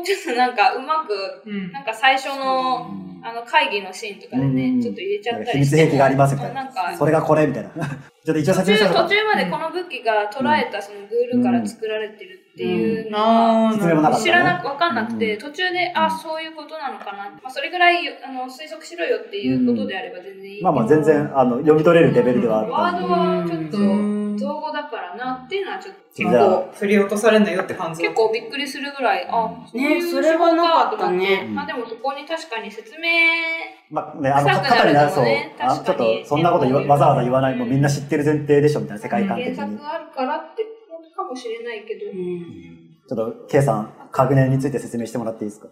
Speaker 3: うちょっとなんかうまく
Speaker 2: うん
Speaker 3: なんか最初
Speaker 1: う
Speaker 3: の
Speaker 1: ん
Speaker 3: あの会議のシーンとかで
Speaker 1: うんうん
Speaker 3: ねちょっと入れちゃっ
Speaker 1: なんか
Speaker 3: たりして
Speaker 1: 秘密兵器がありますみたいな
Speaker 3: なんか
Speaker 1: それがこれみたいな。ち ょっと一応
Speaker 3: 途
Speaker 1: 説明
Speaker 3: 中
Speaker 1: しましょうか。
Speaker 3: 途中までこの武器が捉えたそのグールから作られてるっていうのは
Speaker 2: あ
Speaker 1: 説明もなかった
Speaker 3: 知
Speaker 1: ね
Speaker 3: らなく分かんなくて、
Speaker 1: うん
Speaker 3: 途中であそういうことなのかな、まあ、それぐらいよあの推測しろよっていうことであれば全然いいけど、
Speaker 1: まあまあ全然、あの、読み取れるレベルではあ
Speaker 3: ワ
Speaker 1: った
Speaker 3: ー
Speaker 1: ん
Speaker 3: ド
Speaker 1: で。
Speaker 3: はちょっと
Speaker 2: うん
Speaker 3: 造語だからなっていうのはちょっと
Speaker 1: じ
Speaker 2: 結
Speaker 1: ゃあ、
Speaker 2: 構振り落とされないよって感じ
Speaker 3: 結構びっくりするぐらいあそういう
Speaker 4: ね
Speaker 3: 手
Speaker 4: それはなかっ
Speaker 3: 法と
Speaker 4: たね
Speaker 3: 思ってまあでもそこに確かに説明
Speaker 1: まあね、あの、
Speaker 3: 臭くな
Speaker 1: 肩
Speaker 3: る
Speaker 1: になる、
Speaker 3: と
Speaker 1: そう
Speaker 3: ね。
Speaker 1: あ
Speaker 3: 確
Speaker 1: ち
Speaker 3: か
Speaker 1: ょ
Speaker 3: に
Speaker 1: っと、そんなこと言わわざわざ言わない、もうみんな知ってる前提でしょみたいな世界観
Speaker 3: 原
Speaker 1: 的に。
Speaker 3: 作あるからってことかもしれないけど、
Speaker 4: うん
Speaker 1: ちょっと、K さん、カグネについて説明してもらっていいですか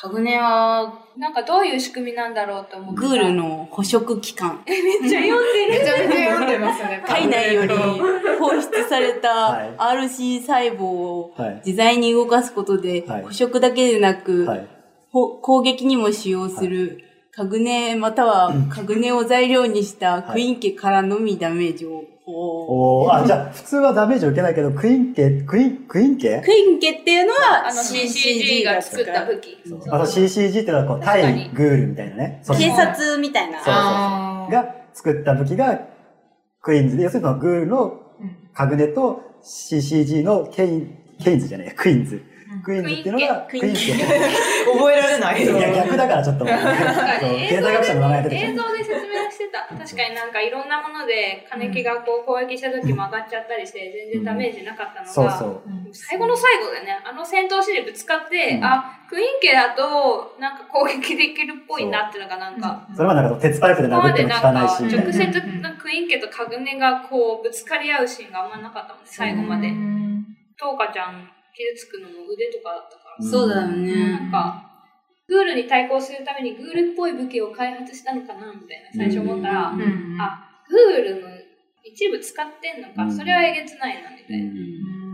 Speaker 4: カグネは、
Speaker 3: なんかどういう仕組みなんだろうと思って
Speaker 4: グールの捕食期間。
Speaker 3: めっちゃ読んでる
Speaker 2: めちゃめちゃ読んでますね
Speaker 4: 体内より放出され
Speaker 1: は
Speaker 4: た RC 細胞を
Speaker 1: はい。
Speaker 4: 自在に動かすことで、
Speaker 1: はい
Speaker 4: 捕食だけでなく、
Speaker 1: はい。
Speaker 4: ほ攻撃にも使用する、カグネまたはカグネを材料にしたクイーン家からのみダメージを。こ
Speaker 1: おー、あ、じゃあ、普通はダメージを受けないけど、クイーン家、クイーン、クイーン
Speaker 4: う
Speaker 1: 家
Speaker 4: クイーン家っていうのは
Speaker 3: あの CCG が作った武器
Speaker 1: そう
Speaker 3: そう
Speaker 1: あと CCG ってのはこう、
Speaker 3: 確かに
Speaker 1: 対グールみたいなね。そう
Speaker 4: 警察みたいな。
Speaker 1: そうが作った武器がクイーンズで、要するにそのグールのカグネと CCG のケイン、ケインズじゃねえ、クイーンズ。クイーンズっていうのがク
Speaker 4: クイ
Speaker 1: イ
Speaker 4: ー
Speaker 1: ー
Speaker 4: ン
Speaker 1: ン
Speaker 4: ズ
Speaker 1: ズ。
Speaker 2: 覚えられない
Speaker 1: いや、逆だからちょ っと。そう
Speaker 3: 確かに
Speaker 1: 経済学者の名前が出て
Speaker 3: 映
Speaker 1: き
Speaker 3: 像で説明してた確かになんかいろんなもので金木がこう攻撃した時も上がっちゃったりして全然ダメージなかったの
Speaker 1: た。
Speaker 3: が、
Speaker 1: そうそう。
Speaker 3: 最後の最後でねあの戦闘シリーズ使って、
Speaker 1: うん
Speaker 3: あクイーン家だとなんか攻撃できるっぽいなっていうのがなんか、
Speaker 1: それはなんか鉄パイプで
Speaker 3: ここま
Speaker 1: 殴って
Speaker 3: で
Speaker 1: も効
Speaker 3: なん
Speaker 1: か
Speaker 3: か
Speaker 1: ないし、みたい
Speaker 3: 直
Speaker 1: な。
Speaker 3: 接なんかクイーン家とカグネがこうぶつかり合うシーンがあんまなかったもんね最後まで。トウカちゃん傷つくのも腕とかだったから
Speaker 1: うん
Speaker 4: そうだよ
Speaker 3: な
Speaker 4: ね
Speaker 3: ん。か、グールに対抗するためにグールっぽい武器を開発したのかなみたいな、最初思ったら、
Speaker 1: うん
Speaker 3: グールの一部使ってんの
Speaker 1: う
Speaker 3: か、
Speaker 1: ん
Speaker 3: それはえげつないな、みたいな。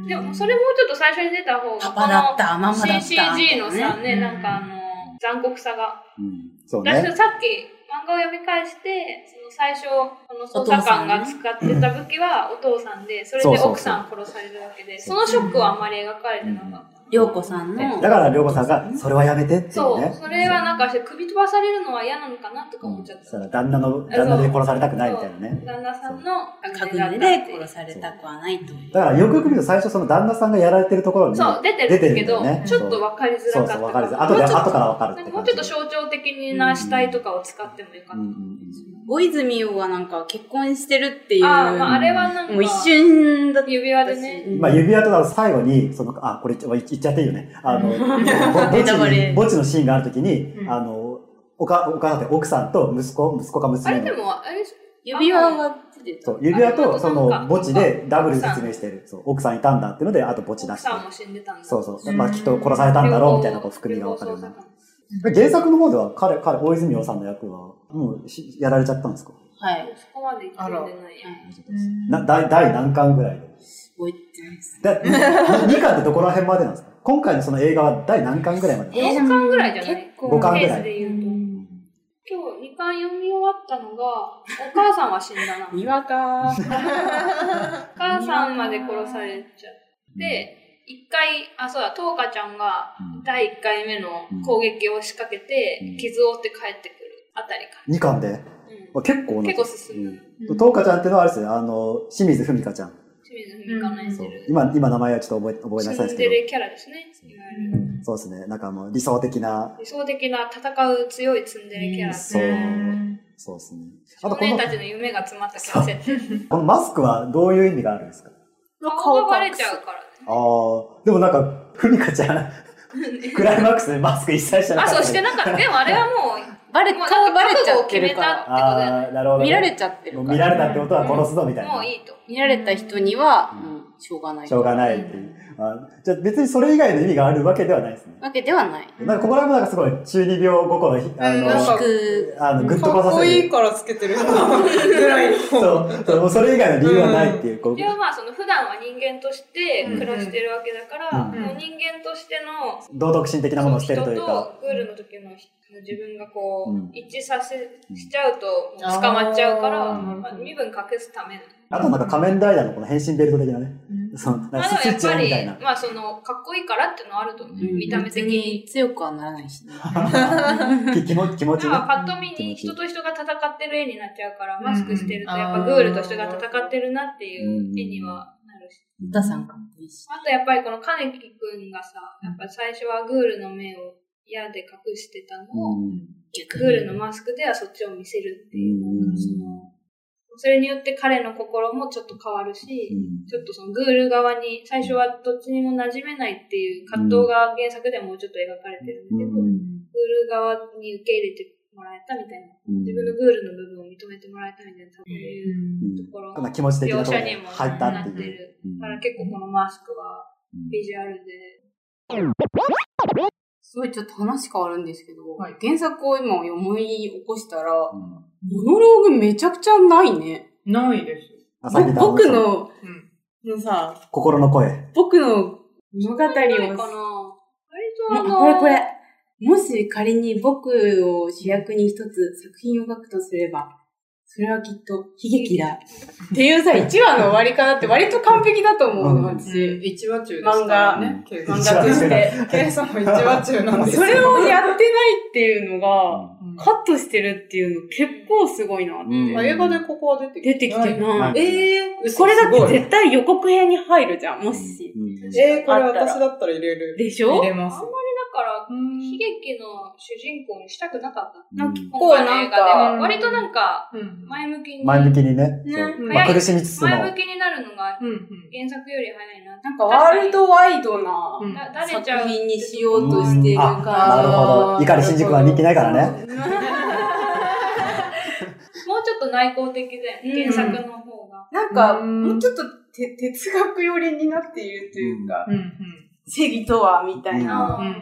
Speaker 3: でも、そ
Speaker 2: れ、
Speaker 3: れもうちょっと最初に出た方が、
Speaker 4: パパだった、ママだった。
Speaker 3: CCG のさ、
Speaker 2: う
Speaker 3: ね、
Speaker 2: ん
Speaker 3: なんかあの、残酷さが。
Speaker 1: うん。そう
Speaker 3: 私
Speaker 1: ね。
Speaker 3: さっき漫画を読み返して、その最初、この捜査官が使ってた武器はお父さんで、それで
Speaker 1: そうそうそう
Speaker 3: 奥さん殺されるわけで、
Speaker 1: そ
Speaker 3: そうのショックはあんまり描かれてなかった。
Speaker 4: りょうこさんの。
Speaker 1: だから、りょうこさんが、それはやめてっていうね。
Speaker 3: そう、それはなんか首飛ばされるのは嫌なのかなとか思っちゃっ
Speaker 1: そ
Speaker 3: た。
Speaker 1: ら旦那の、旦那で殺されたくないみたいなね。
Speaker 3: 旦那さんの
Speaker 4: かぐ
Speaker 3: だった
Speaker 4: ね
Speaker 3: って
Speaker 4: で
Speaker 3: いう
Speaker 4: 殺されたくはないと。
Speaker 1: だからよくよく見ると最初その旦那さんがやられてるところに、
Speaker 3: そう、出てるんです
Speaker 1: 出て
Speaker 3: けど、
Speaker 1: るんだよね
Speaker 3: ちょっと分かりづ
Speaker 1: そ
Speaker 3: らか
Speaker 1: う
Speaker 3: った
Speaker 1: そう、わかるあとで、
Speaker 3: もうちょっと
Speaker 1: 後からわかる
Speaker 3: な
Speaker 1: っ
Speaker 3: ん
Speaker 1: て
Speaker 3: か
Speaker 1: 感じ。
Speaker 3: もうちょっと象徴的な死体とかを使ってもよかっ
Speaker 1: う
Speaker 3: た。
Speaker 1: んうん
Speaker 4: 大泉洋がなんか結婚してるっていう。
Speaker 3: ああ、まああれはなんか、
Speaker 4: もう一瞬だった
Speaker 3: 指輪で
Speaker 4: し
Speaker 3: ね。
Speaker 1: まあ、指輪とか最後に、その、あ、これ言っちゃ言っちゃっていいよね。あの、ぼ
Speaker 4: ネ
Speaker 1: 墓地
Speaker 4: タバレ
Speaker 1: に、墓地のシーンがあるときに、
Speaker 2: うん
Speaker 1: あの、おか、お母さんって奥さんと息子、息子か
Speaker 3: あ
Speaker 1: 娘
Speaker 3: れ
Speaker 1: の
Speaker 3: でも、あれでしょ
Speaker 4: 指輪が出てた。
Speaker 1: そう、指輪とその墓地でダブルで
Speaker 3: 奥さん
Speaker 1: 説明してる。そう、奥さんいたんだっていうので、あと墓地出
Speaker 3: 奥
Speaker 1: して
Speaker 3: さんも死んでたんだ。
Speaker 1: そうそう。まあ、きっと殺されたんだろうみたいなこう含みがわかるような。原作の方では彼、彼、大泉洋さんの役は、もうしやられちゃったんですか
Speaker 4: はい。
Speaker 3: そこまで生き込んでないや
Speaker 1: な
Speaker 3: ん。
Speaker 1: 第第何巻ぐらいで
Speaker 4: 覚えてないです。
Speaker 1: だ ?2 巻ってどこら辺までなんですか今回のその映画は第何巻ぐらいまで
Speaker 4: え
Speaker 3: 4巻ぐらいじゃない
Speaker 4: 結構
Speaker 1: 五巻ぐらい
Speaker 3: ペースで言うと。今日2巻読み終わったのが、お母さんは死んだな。
Speaker 4: にわか。
Speaker 3: お母さんまで殺されちゃって、1回、あ、そうだ、トウカちゃんが第1回目の攻撃を仕掛け
Speaker 1: うん
Speaker 3: て、傷を負って帰ってくるあたりか
Speaker 1: ?2 巻で、ま
Speaker 3: ら。
Speaker 1: あ、結構
Speaker 3: う、
Speaker 1: なん
Speaker 3: 結構進む。
Speaker 1: うんとうかちゃんっていうのはあれですよ、あの、清水文香ちゃん。
Speaker 3: 清水文香の演じ
Speaker 1: そう
Speaker 3: る。
Speaker 1: 今、今名前はちょっと覚え、覚えなさいで
Speaker 3: シ
Speaker 1: す
Speaker 3: ンデ
Speaker 1: け
Speaker 3: レキャラですね。いわゆる
Speaker 1: ど。そうですね。なんかもう理想的な、
Speaker 3: 理想的な戦う強いツンデレキャラ。
Speaker 1: そうそうですね。あと
Speaker 3: 少
Speaker 1: この
Speaker 3: 年、たちの夢が詰まったキャラ設定。
Speaker 1: このマスクはどういう意味があるんですか
Speaker 3: 顔がバレちゃうから
Speaker 1: ああ、でもなんか、文香ちゃん、
Speaker 3: ね。
Speaker 1: クライマックスでマスク一切してなか
Speaker 3: あ、
Speaker 1: ったけど。
Speaker 3: そうしてなかった。でもあれはもう、
Speaker 4: バレ、
Speaker 3: もう
Speaker 4: 顔バレちゃってるから。
Speaker 1: ああ、なるほど、ね。
Speaker 4: 見られちゃってる
Speaker 1: もう
Speaker 4: から。
Speaker 1: 見られたってことは殺すぞみたいな。
Speaker 3: もういいと。
Speaker 4: 見られた人には、
Speaker 1: う
Speaker 4: もうしょうがない。
Speaker 1: しょうがないっていう。あじゃあ別にそれ以外の意味があるわけではないですね。
Speaker 4: わけではない。
Speaker 1: なんかここら辺もなんかすごい中二病5個のひ、あ
Speaker 2: うんなん
Speaker 4: 聞
Speaker 2: か
Speaker 1: の、
Speaker 4: く。
Speaker 1: あのグッとこ
Speaker 2: かっ
Speaker 1: さ
Speaker 2: こ
Speaker 1: せ
Speaker 2: い
Speaker 1: る
Speaker 2: い。からつけてるぐらいの。
Speaker 1: そう、そうもうそれ以外の理由はないっていう。こう
Speaker 3: それはまあ、その普段は人間として暮らしてるわけだから、
Speaker 1: うん
Speaker 3: もう人間としての、
Speaker 1: 道徳心的なものを捨てるという
Speaker 3: 人
Speaker 1: か。
Speaker 3: とグールの時の自分がこ
Speaker 1: うん
Speaker 3: う、一致させ、しちゃうと、もう捕まっちゃうから、
Speaker 1: あー
Speaker 3: まあ身分隠すため。
Speaker 1: あとなんか仮面ライダーのこの変身ベルト的なね。そう、なん
Speaker 3: ま
Speaker 1: か
Speaker 3: あでも
Speaker 1: スイ
Speaker 3: や
Speaker 1: ッ
Speaker 3: っ
Speaker 1: チオ
Speaker 3: ぱ
Speaker 1: ンみ
Speaker 3: り
Speaker 1: たいな。、
Speaker 3: まあその、かっこいいからっていうのはあると思う。
Speaker 1: うん
Speaker 3: 見た目的
Speaker 4: 別
Speaker 3: に。
Speaker 4: に強くはならないしね。
Speaker 1: き気持ち、気持ちね。
Speaker 3: なんかパッと見に人と人が戦ってる絵になっちゃうから、
Speaker 2: ん
Speaker 3: マスクしてるとやっ
Speaker 2: あ
Speaker 3: ぱ
Speaker 2: ー
Speaker 3: グールと人が戦ってるなっていう絵にはなるし。
Speaker 4: お母さんかっこいいし。
Speaker 3: あとやっぱりこの金木くんがさ、やっぱ最初はグールの目を矢で隠してたのを、
Speaker 1: うん。
Speaker 3: グールのマスクではそっちを見せるっていう。
Speaker 1: うん
Speaker 3: そのそれによって彼の心もちょっと変わる
Speaker 1: う
Speaker 3: し、
Speaker 1: ん
Speaker 3: ちょっとそのグール側に最初はどっちにも馴染めないっていう葛藤が原作でもうちょっと描かれてるんだけど、
Speaker 1: うん
Speaker 3: グール側に受け入れてもらえたみたいな。自分のグールの部分を認めてもらえたみたいな、そういうところ
Speaker 1: うん。なんか気持ち的な
Speaker 3: 描
Speaker 1: とこ
Speaker 3: 写
Speaker 1: ろ
Speaker 3: に
Speaker 1: に
Speaker 3: も
Speaker 1: 入ったっ
Speaker 3: なってて
Speaker 1: いう。
Speaker 3: る。
Speaker 1: うん
Speaker 3: だから結構このマスクはビジュアルで。
Speaker 4: すごいちょっと話変わるんですけど、
Speaker 2: はい
Speaker 4: 原作を今思い起こしたら、
Speaker 1: う
Speaker 4: モ
Speaker 1: ん
Speaker 4: ノローグめちゃくちゃないね。
Speaker 2: ないです。
Speaker 1: あさっき
Speaker 4: ぼ
Speaker 1: 言った
Speaker 4: 僕の、
Speaker 2: うん
Speaker 4: のさ、
Speaker 1: 心の声。
Speaker 4: 僕の物語を、
Speaker 3: かな
Speaker 4: も
Speaker 3: 割とあ
Speaker 4: う
Speaker 3: の、
Speaker 4: これこれ。もし仮に僕を主役に一つ作品を書くとすれば、それはきっと悲劇だ。っていうさ、1話の終わり方って割と完璧だと思うの、
Speaker 1: うん
Speaker 4: 私。
Speaker 2: 一話中ですから
Speaker 1: 漫画
Speaker 2: ね。計
Speaker 4: 漫
Speaker 2: 算
Speaker 4: 画として。
Speaker 2: 計算も一話中なんです
Speaker 4: そ
Speaker 2: よ
Speaker 4: れをやってないっていうのが、
Speaker 2: うん
Speaker 4: カットしてるっていうの結構すごいなって。
Speaker 1: うん
Speaker 2: まあ映画でここは出て
Speaker 4: 出てきてな
Speaker 1: はい
Speaker 4: い。
Speaker 2: ええ
Speaker 4: これだって
Speaker 2: て
Speaker 4: 絶対予告編に入るじゃん、もし。
Speaker 1: うん
Speaker 2: えー、これ
Speaker 4: あったら
Speaker 2: 私だったら入れる。
Speaker 4: でし
Speaker 2: 入
Speaker 4: ょ
Speaker 2: れます。
Speaker 3: だから、
Speaker 2: うん
Speaker 3: 悲劇の主人公にしたくなかった。
Speaker 1: うん
Speaker 3: 今回の映画で
Speaker 2: こ
Speaker 3: は
Speaker 2: うなんか
Speaker 3: 割となんか、
Speaker 2: うん
Speaker 3: 前向きに、
Speaker 1: 前向きにね、
Speaker 3: ね
Speaker 1: そうまあ、
Speaker 3: 早い
Speaker 1: 苦しみつつも、
Speaker 3: 前向きになるのが
Speaker 2: うんうん。
Speaker 3: 原作より早いな。
Speaker 4: なんかワールドワイドな
Speaker 2: うん
Speaker 3: だだれちゃ
Speaker 4: 作
Speaker 3: う。
Speaker 4: 品にしようとしてる感じ。
Speaker 1: なるほど。怒り新宿は人気ないからね。
Speaker 3: もうちょっと内向的で、
Speaker 4: う
Speaker 3: 原
Speaker 4: ん
Speaker 3: 作の方が。
Speaker 4: なんか、
Speaker 2: うん
Speaker 4: もうちょっとて哲学寄りになっているというか、
Speaker 2: うんうん。
Speaker 4: 正義とは、みたいな。
Speaker 3: う
Speaker 2: うん
Speaker 3: ん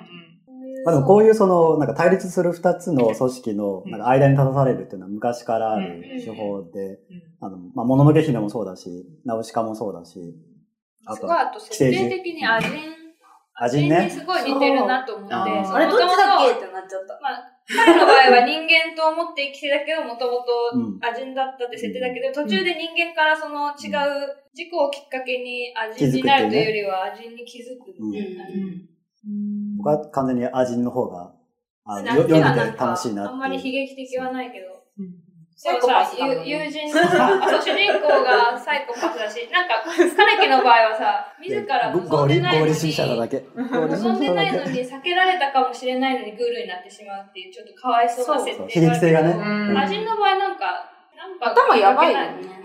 Speaker 1: まあ、でもこういうその、なんか対立する二つの組織の
Speaker 2: うん
Speaker 1: なんか間に立たされるっていうのは昔からあ
Speaker 2: うん
Speaker 1: る手法で、
Speaker 2: うん。
Speaker 1: あの、まあ、もののけ姫もそうだし、ナウシカもそうだし、あ
Speaker 3: す
Speaker 1: と
Speaker 3: ごい、、あと設定的にアジン、
Speaker 1: アジンね
Speaker 3: にすごい似てるなと思って。
Speaker 1: そうあー
Speaker 4: あれどっちだっ
Speaker 3: け
Speaker 4: けってなっちゃった。
Speaker 3: まあ、彼の場合は人間と思って生きてたけど、もとも
Speaker 1: うん
Speaker 3: とアジンだったって設定だけど、途中で人間からその違う事故をきっかけにアジンになるというよりは、アジンに気づく。
Speaker 1: うん
Speaker 2: うん。
Speaker 1: 僕は完全にアジンの方が、あの、
Speaker 3: なん
Speaker 1: よ
Speaker 3: か
Speaker 1: 読んでて楽しいな
Speaker 3: あんまり
Speaker 1: って
Speaker 3: 悲
Speaker 1: いう。
Speaker 3: 劇的はないけど。
Speaker 4: サ
Speaker 3: そ
Speaker 4: イ
Speaker 3: う
Speaker 4: コパ
Speaker 3: さ
Speaker 4: ス、だも
Speaker 3: 友
Speaker 4: んね
Speaker 3: 友人の さ、そう主人公がサイコパスだし、なんか、彼樹の場合はさ、自ら
Speaker 1: ご合
Speaker 3: 望ん
Speaker 1: 理、
Speaker 3: でない
Speaker 1: 合
Speaker 3: のに、
Speaker 1: 理主義者なだけ。合理主
Speaker 3: 望ん
Speaker 1: 義
Speaker 3: で
Speaker 1: 者
Speaker 3: な
Speaker 1: だ
Speaker 3: いの
Speaker 1: け。
Speaker 3: に避けられたかもしれないのにグールになってしまうっていう、ちょっとかわいそうな設
Speaker 1: そう、
Speaker 3: 定
Speaker 1: 悲劇性がね。
Speaker 2: うん
Speaker 3: アジンの場合なんか、なんか、
Speaker 4: 頭やばいよね、な
Speaker 3: 主
Speaker 4: んかね。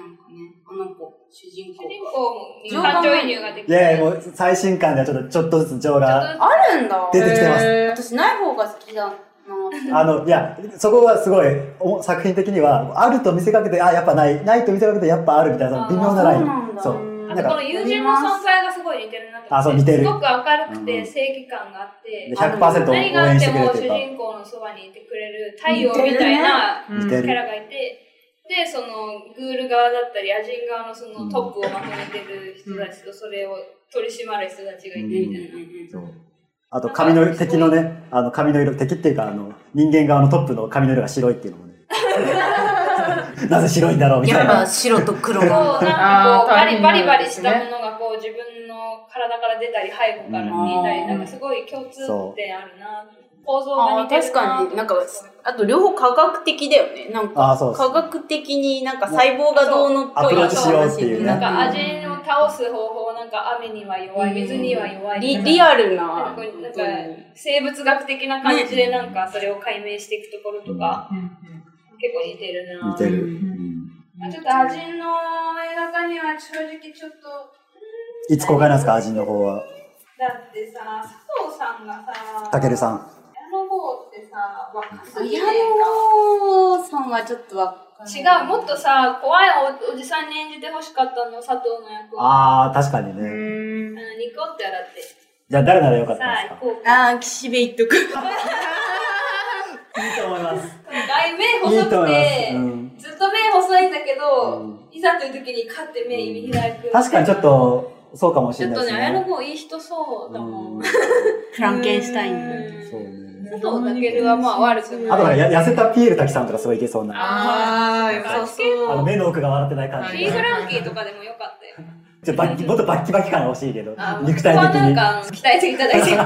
Speaker 4: あの子、主人公。
Speaker 3: 人公に感情移入ができ
Speaker 1: いやいや、もう最新刊ではちょっと、ちょっとずつ情が。
Speaker 3: ちょっと
Speaker 4: あるんだ。
Speaker 1: 出てきてます
Speaker 2: へー
Speaker 4: 私、ない方が好きだな。
Speaker 1: あの、いや、そこがすごい、お作品的には、あると見せかけて、あ、やっぱない、ないと見せかけて、やっぱあるみたいな、その微妙なライン。
Speaker 4: ン
Speaker 1: そうな
Speaker 3: あと
Speaker 1: んか
Speaker 3: この友人の存在がすごい似てるなって。
Speaker 1: あそう似てる
Speaker 3: すごく明るく
Speaker 1: うん
Speaker 3: て正義感があって
Speaker 1: で、
Speaker 4: あの
Speaker 1: 100%応
Speaker 3: 何があ
Speaker 1: 援
Speaker 3: っ
Speaker 1: しててくれ
Speaker 3: も
Speaker 1: て
Speaker 3: 主
Speaker 1: るか。
Speaker 3: 人公のそばにいてくれる太陽みたいな
Speaker 2: うん
Speaker 1: 似て
Speaker 3: キ
Speaker 1: る
Speaker 3: ャラがいて、で、そのグール側だったり、アジン側のそのトップをまとめてる人たちと、それを取り締まる人たちがいてみたいな。
Speaker 1: そうあと、髪の、敵のね、あの、髪の色、敵っていうか、あの、人間側のトップの髪の色が白いっていうのもね。なぜ白いんだろうみた
Speaker 4: や
Speaker 1: い
Speaker 4: っ
Speaker 1: な
Speaker 4: ぱ。白と黒
Speaker 3: そう、
Speaker 4: が。
Speaker 3: なんかこう、
Speaker 2: あー
Speaker 3: バリバリバ
Speaker 2: 大変な
Speaker 3: リ
Speaker 2: んです
Speaker 3: し
Speaker 2: ね
Speaker 3: たものがこう、自分の体から出たり、背後から見えた
Speaker 4: う
Speaker 3: り、
Speaker 4: ん
Speaker 3: なんかすごい共通点あるな構造が
Speaker 4: あ
Speaker 3: 似
Speaker 4: ー
Speaker 3: てるな
Speaker 4: 確かに、なんか、あと両方科学的だよね。なんか、
Speaker 1: ああ、そうです
Speaker 4: 科学的になんか細胞がどうのっ
Speaker 1: ア
Speaker 4: ぽ
Speaker 1: プ
Speaker 4: い
Speaker 1: ローチしようっていうね
Speaker 3: なんか
Speaker 4: 話
Speaker 3: 味を倒す方法、なんか雨には弱い、水には弱い。
Speaker 4: リリアルな、
Speaker 3: なん
Speaker 4: 本
Speaker 3: かなんか
Speaker 4: 当に
Speaker 3: 生物学的な感じでなんかそれを解明していくところとか、結構似てるな
Speaker 1: 似てる。
Speaker 4: う
Speaker 3: まあちょっとアジンの映画化には正直ちょっと
Speaker 1: いつ公開なんですか、味の方は。
Speaker 3: だってさ佐藤さんがさ
Speaker 1: たけるさ
Speaker 3: ん
Speaker 1: ん。
Speaker 3: 矢野剛ってさ若すぎね
Speaker 4: 綾
Speaker 3: え
Speaker 4: 野さんはちょっとわかん
Speaker 3: か
Speaker 4: な
Speaker 3: 違う
Speaker 4: い
Speaker 3: もっとさ怖いおおじさんに演じてほしかったの佐藤の役はあ
Speaker 1: ああ、確かに
Speaker 2: う
Speaker 1: ね。
Speaker 2: ん
Speaker 3: のニコって笑って
Speaker 1: じゃあ、誰ならよかったん
Speaker 3: さあ
Speaker 1: です
Speaker 3: 行
Speaker 1: か
Speaker 3: こうか
Speaker 4: ああ、岸辺一徳。
Speaker 1: いいと思います。
Speaker 3: 外目
Speaker 1: い
Speaker 3: 細
Speaker 1: いと
Speaker 3: く
Speaker 1: 思い
Speaker 3: て
Speaker 1: ま
Speaker 3: ずっと目細いんだけど、
Speaker 1: う
Speaker 3: いざという時にカッて目見開く
Speaker 1: す。確かにちょっと、そうかもし
Speaker 3: ち
Speaker 1: れ
Speaker 3: ょっ
Speaker 1: ない
Speaker 3: と
Speaker 1: です
Speaker 3: ね、綾野
Speaker 1: ね。
Speaker 3: 剛いい人そうだもん。
Speaker 1: うん
Speaker 3: 佐
Speaker 4: フランケンシュタイン。
Speaker 1: そうね。
Speaker 3: 藤健はまあ悪く
Speaker 1: あとな
Speaker 3: なん
Speaker 1: か
Speaker 3: い。
Speaker 1: や痩せたピエール滝さんとかすごいいけそうな。
Speaker 2: ああ、よさ
Speaker 1: あ
Speaker 2: そ
Speaker 1: の
Speaker 2: う。
Speaker 1: 目の奥が笑ってない感
Speaker 2: あ
Speaker 1: じ
Speaker 3: シ
Speaker 1: で
Speaker 3: ーフランキーとかでもよかったよ。
Speaker 1: ちょっとバッキもっとバッキバキ感が欲しいけど
Speaker 3: あ、
Speaker 1: 肉体的
Speaker 3: そこは
Speaker 1: に。
Speaker 3: なんか期待していただ いて。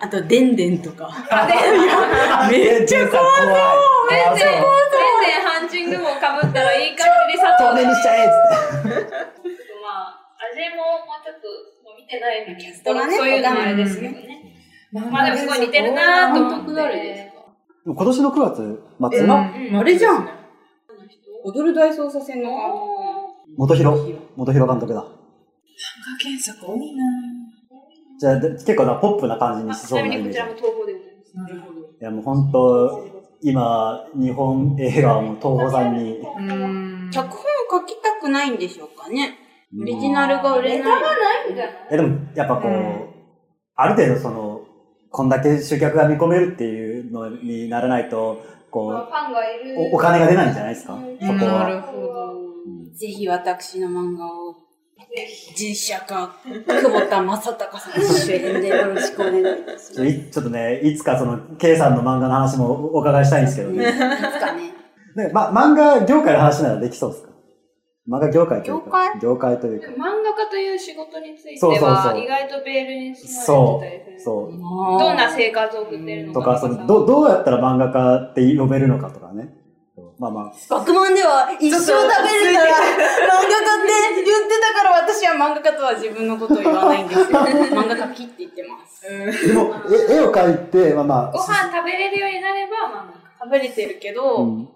Speaker 4: あと、でんでんとか。
Speaker 1: めっちゃ怖い。
Speaker 3: 全然、全然
Speaker 1: 怖
Speaker 3: ハンチングもかぶったらいい感じで佐
Speaker 1: そう透
Speaker 3: 藤
Speaker 1: 明にしちゃえっつって。
Speaker 3: まあ、味ももうちょっともう見てないのに、
Speaker 4: キャストがね
Speaker 3: そういうのもあれですけどね。
Speaker 2: ま
Speaker 3: まあでもすごい似てるなと思って。
Speaker 1: でも今年の9月末の
Speaker 2: あ
Speaker 4: あれじゃん。踊る大捜査線の監督。
Speaker 1: 元広、元広監督だ。
Speaker 2: 検索多いな
Speaker 1: じゃあで結構なポップな感じに
Speaker 3: あ
Speaker 1: し
Speaker 3: ち
Speaker 1: そう
Speaker 3: な
Speaker 1: な
Speaker 3: み
Speaker 1: イ
Speaker 3: に
Speaker 1: メ
Speaker 3: こ
Speaker 1: ー
Speaker 3: ち
Speaker 1: ジ。
Speaker 3: らも東宝でございます。
Speaker 2: なるほど。
Speaker 1: いやもう本当、今、日本映画はもう東宝さんに。
Speaker 2: うん。
Speaker 4: 脚本を書きたくないんでしょうかね。オリジナルが売れ
Speaker 3: ネタ
Speaker 4: ない。
Speaker 3: がないんじゃない
Speaker 1: いやでも、やっぱこう、
Speaker 2: うん
Speaker 1: ある程度その、こんだけ集客が見込めるっていうのにならないと、
Speaker 3: まあ
Speaker 1: こ
Speaker 3: ファンがいる
Speaker 1: う、。おお金が出ないんじゃないですか、
Speaker 3: うん
Speaker 1: そこ
Speaker 2: な
Speaker 1: は。
Speaker 2: るほど。
Speaker 1: うん
Speaker 4: ぜひ私の漫画を。実写化、久保田正孝さん主演でよろしくお願いいたし
Speaker 1: ち
Speaker 4: ま
Speaker 1: ょ
Speaker 4: す。い
Speaker 1: いちょっとね、いつかその、K さんの漫画の話もおお伺いしたいんですけど
Speaker 4: つ
Speaker 1: ね。
Speaker 4: かね。
Speaker 1: ねま、漫画業界の話ならできそうですか漫画業界という
Speaker 4: 業
Speaker 1: か。
Speaker 4: 界
Speaker 1: 業界という
Speaker 3: で
Speaker 1: か。
Speaker 3: も漫画家という仕事について
Speaker 1: そうそう
Speaker 3: は
Speaker 1: そう
Speaker 3: 意外とベールに
Speaker 1: そ
Speaker 3: 縛られてたり
Speaker 1: う、
Speaker 3: する
Speaker 1: そう。
Speaker 4: ど
Speaker 3: どんな生活を送ってるの
Speaker 1: と
Speaker 3: か
Speaker 1: か、その、ど、どうやったら漫画家って呼べるのかとかね。まあまあ、
Speaker 4: 爆満では一生食べるから、漫画家って言ってたから私は漫画家とは自分のことを言わないんですよ。漫画家きって言ってます。
Speaker 1: でも、え絵を描いて、まあま
Speaker 3: ご飯食べれるようになれば漫画
Speaker 4: 食べれてるけ
Speaker 1: あ、
Speaker 4: ど、
Speaker 1: うん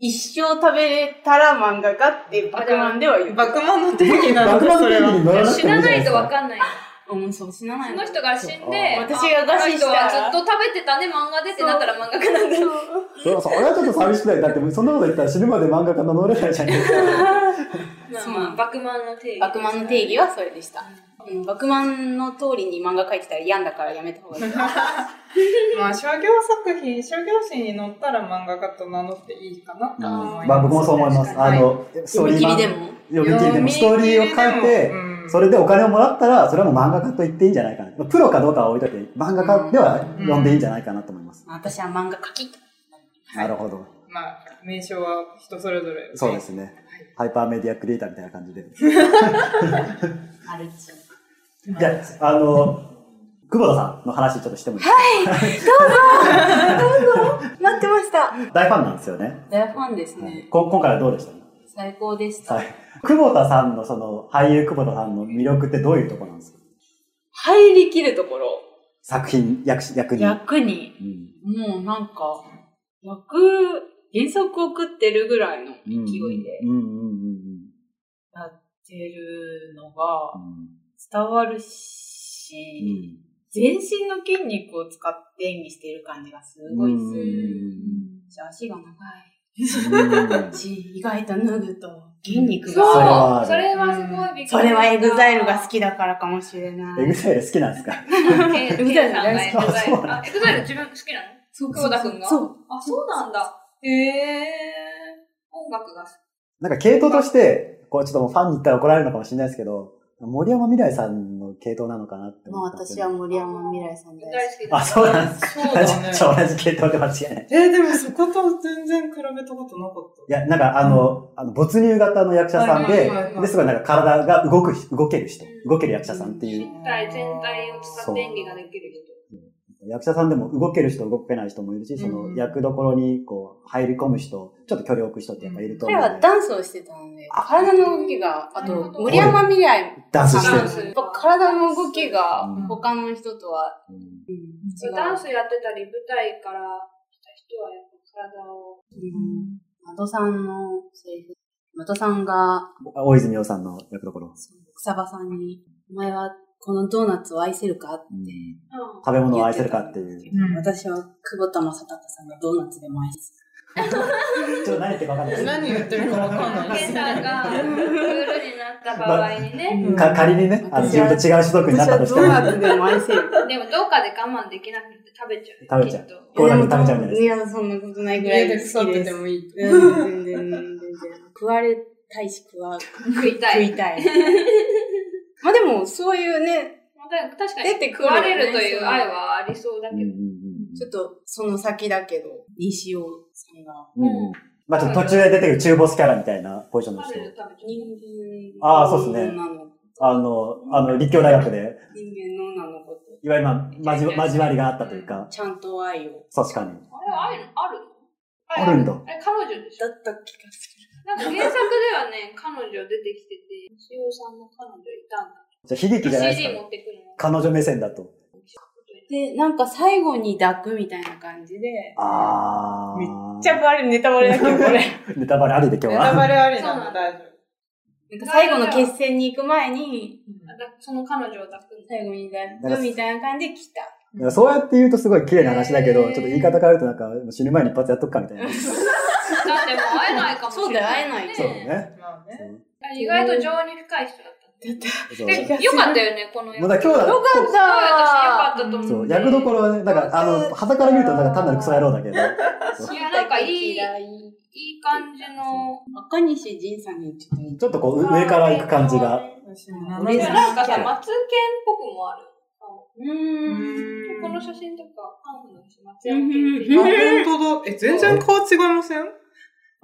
Speaker 4: 一生食べれたら漫画家って爆満では言う。
Speaker 2: 爆満の定義なの
Speaker 1: 爆
Speaker 2: か、
Speaker 1: 弾
Speaker 2: それ
Speaker 1: 定義に乗
Speaker 2: は。
Speaker 1: ら
Speaker 3: 家
Speaker 1: なく
Speaker 3: 死
Speaker 1: てもい
Speaker 3: ない
Speaker 1: じゃなです
Speaker 3: ないいと
Speaker 1: か。
Speaker 3: わかんない
Speaker 4: うん、そう死なな
Speaker 3: そ
Speaker 4: い。
Speaker 3: の人が死んで
Speaker 1: あ
Speaker 4: 私が餓死したら
Speaker 3: あこの人はずっと食べてたね漫画でってなったら漫画家なんだ
Speaker 1: そうそう、あれはちょっと寂しくない。だって、そんなこと言ったら死ぬまで漫画家名乗れないじゃないですか。
Speaker 3: まあまあ、爆満の定義
Speaker 4: 爆満の定義はそれでした。うんバクマンの通りに漫画描いてたら嫌だからやめた方がいい。
Speaker 2: まあ商業作品、商業誌に載ったら漫画家と名乗っていいかなと思います。
Speaker 1: まあ僕もそう思います。
Speaker 2: 確か
Speaker 1: あ
Speaker 2: に
Speaker 1: の、ストーリ
Speaker 4: 読み
Speaker 1: ー
Speaker 4: 切り
Speaker 1: 版
Speaker 4: でも。
Speaker 1: 読み切りでも、ストーリーを書いて、そ
Speaker 2: れ、
Speaker 1: れでお金をもらったら、それはもう漫画家と言っていいんじゃないかな。プロかどうかは置いといて、漫画家では読んでいいんじゃないかなと思います。
Speaker 4: まあ私は漫画描き。
Speaker 2: うん
Speaker 1: なるほど。
Speaker 2: まあ、名称は人それぞれ。
Speaker 1: そうですね。ハイパーメディアクリエイターみたいな感じで。
Speaker 4: マルチ。
Speaker 1: じゃあ、あの、久保田さんの話ちょっとしてもいいです
Speaker 4: 待ってました。
Speaker 1: か大ファンなんですよね。
Speaker 4: 大ファンです
Speaker 1: はい
Speaker 4: ね。
Speaker 1: こ今回はどうでした
Speaker 4: 最高でした。
Speaker 1: はい。久保田さんのその、俳優久保田さんの魅力ってどういうところなんですか
Speaker 4: 入りきるところ。
Speaker 1: 作品、役し、役に。
Speaker 4: 役に、
Speaker 1: うん。
Speaker 4: もうなんか、役、原作を食ってるぐらいの勢い
Speaker 1: う
Speaker 4: で
Speaker 1: んうんうんうん
Speaker 4: やってるのが
Speaker 1: うん。
Speaker 4: 伝わる
Speaker 1: う
Speaker 4: し、
Speaker 1: ん。
Speaker 4: 全身の筋肉を使って演技している感じがすごいするし、足が長
Speaker 1: うん
Speaker 4: いし、意外と脱ぐと筋肉
Speaker 3: そ
Speaker 1: れ
Speaker 4: が。
Speaker 1: はあ
Speaker 3: う
Speaker 1: る
Speaker 3: それはすごいびっくりした
Speaker 4: それはエグザイルが好きだからかもしれな
Speaker 1: エグ
Speaker 4: い。
Speaker 1: ザイル好きなんですか
Speaker 3: エグザイル
Speaker 4: エグザ
Speaker 1: イル大好きそうそう
Speaker 3: あ、エグザイル自分好きなの
Speaker 4: そう
Speaker 3: 久保田くんが
Speaker 4: そう。
Speaker 3: あ、そうなんだ。へえ。音楽が好き。
Speaker 1: なんか系統として、こうちょっともうファンに言ったら怒られるのかもしれないですけど、森山未来さんの系統なのかなって
Speaker 4: まあ
Speaker 1: 思ったんです
Speaker 4: 私
Speaker 1: よ
Speaker 4: は
Speaker 1: ね。
Speaker 4: 森山未来さん
Speaker 3: 大
Speaker 4: 大好
Speaker 3: 好きだ
Speaker 1: あ、そうなんです
Speaker 2: そう
Speaker 1: か。
Speaker 2: だ ね
Speaker 1: じ。ゃあ同じ系統で間違いない。
Speaker 2: えーでもそこと全然比べたことなかっ
Speaker 1: いや、なんかあの、あの、没入型の役者さん
Speaker 2: はい
Speaker 1: で
Speaker 2: はいはいは、い
Speaker 1: で、すごいなんか体が動く、動ける人、動ける役者さんっていう、
Speaker 3: 身体全体を使って演技ができる人。
Speaker 1: 役者さんでも動ける人、動けない人もいるし、その役どころにこう、入り込む人、ちょっと距離を置く人ってやっぱいると
Speaker 4: 彼
Speaker 1: 思う
Speaker 4: は
Speaker 1: んで、
Speaker 4: ダンスをしてたので、
Speaker 1: あ
Speaker 4: 体の動きが、あと、森山未来
Speaker 1: ダンス
Speaker 4: さん
Speaker 1: して
Speaker 4: の
Speaker 1: る。
Speaker 3: してる
Speaker 4: やっぱ体の動きが
Speaker 1: うん
Speaker 4: 他の人とは、うん、違う。
Speaker 3: ダンスやってたり、舞台から来た人はやっぱ体を。
Speaker 4: うんマドさんのセリフ。マドさんが、
Speaker 1: 大泉洋さんの役どころ。
Speaker 4: 草場さんに、お前はこのドーナツを愛せるかって
Speaker 1: うん
Speaker 3: うん。
Speaker 1: 食べ物を愛せるかっていう。
Speaker 2: うん
Speaker 4: 私は久保田正孝さんがドーナツでも愛す。
Speaker 1: ちょっと何言ってるか分かんない
Speaker 2: た。何言ってるかわかんないで
Speaker 3: ケ
Speaker 2: す
Speaker 3: ン
Speaker 2: ね。
Speaker 3: さんがクールになった場合にね。
Speaker 1: か仮にね、あの自分と違う種族になったとしても、
Speaker 4: ナツでも愛せる。
Speaker 3: でもどっかで我慢できなくて食べちゃう。
Speaker 1: 食べちゃう
Speaker 3: きっと
Speaker 1: こうだけ食べちゃうんじゃないですか
Speaker 4: いや、そんなことないぐら
Speaker 2: 家
Speaker 4: い
Speaker 2: で腐
Speaker 4: 好
Speaker 2: っ
Speaker 4: き
Speaker 2: て
Speaker 4: で
Speaker 2: て
Speaker 4: す。
Speaker 2: も いいと。
Speaker 4: うん全然、全 然、全然。食われたいし食わ、
Speaker 3: 食いた
Speaker 4: 食
Speaker 3: い。
Speaker 4: いたい。まあでも、そういうね、
Speaker 3: まあ確かに
Speaker 4: 出てく
Speaker 3: 食
Speaker 4: るよ
Speaker 3: わ
Speaker 4: ね
Speaker 3: れるという愛はありそうだけ
Speaker 1: うんう
Speaker 3: ど
Speaker 1: ん。
Speaker 4: ちょっと、その先だけど、西尾さんが、
Speaker 1: うんうんうんまあちょっと途中で出てくる中ボスキャラみたいなポジションの
Speaker 3: 食
Speaker 1: 人
Speaker 3: べ。ると食べちゃう。
Speaker 4: 人間
Speaker 1: あーそうっすね
Speaker 4: 女の子
Speaker 1: あの、あの、立教大学で、
Speaker 4: 人間の女の子と、
Speaker 1: いわゆるまあ、交わ交わりがあったというか、
Speaker 4: ちゃんと愛を。
Speaker 1: 確かに。
Speaker 3: あれ愛のある
Speaker 1: あ
Speaker 3: の
Speaker 1: るんだ
Speaker 3: え、彼女でし
Speaker 4: だ
Speaker 3: ょ
Speaker 4: った気がする。
Speaker 3: なんか原作ではね、彼女出てきてて、西尾さんの彼女いたんだ。
Speaker 1: じゃあ悲劇じゃない
Speaker 3: CD
Speaker 1: です
Speaker 3: 持
Speaker 1: か。
Speaker 3: ってく
Speaker 1: 彼
Speaker 3: の。
Speaker 1: 女目線だと。
Speaker 4: で、なんか最後に抱くみたいな感じで。
Speaker 1: あー。
Speaker 2: めっ
Speaker 4: ちゃバレ、ネ タバレだけど、これ。
Speaker 1: ネタバレありで今日
Speaker 2: ネタバ
Speaker 1: は。
Speaker 2: レありなの大丈
Speaker 4: なんか最後の決戦に行く前に、
Speaker 3: あだその彼女を抱くんだ。
Speaker 4: 最後に抱くみたいな感じで来た。
Speaker 1: なんか そうやって言うとすごい綺麗な話だけど、ちょ
Speaker 3: へー
Speaker 1: っと言い方変えるとなんか死ぬ前に一発やっとくかみたいな。
Speaker 3: だってもう会えないかもしれない、
Speaker 1: そうだね。
Speaker 2: 夫。まあね。
Speaker 3: 意外と情に深い人だった。
Speaker 1: そう。
Speaker 3: え、よかったよね、この
Speaker 1: もうだから今日だ
Speaker 4: よかっ
Speaker 3: そう私よかったたと思う。
Speaker 1: そう、役どころはね、なんか、あの、旗から見ると、なんか単なるクソ野郎だけど、
Speaker 3: いや、なんかいい、い
Speaker 4: 嫌
Speaker 3: い感じの。
Speaker 4: 赤西仁さんにちょっと似て
Speaker 1: ちょっとこう、上から行く感じが。
Speaker 2: 私
Speaker 4: 俺
Speaker 2: 7
Speaker 4: ら
Speaker 3: なんか
Speaker 4: キャ
Speaker 3: さ、
Speaker 4: ラ
Speaker 3: 松剣っぽくもある。
Speaker 4: うーん。
Speaker 3: この写
Speaker 2: 真。
Speaker 3: 真とか、ハンフの松山
Speaker 4: うん
Speaker 3: 県って
Speaker 2: あ、本当だ。え、全然顔違いません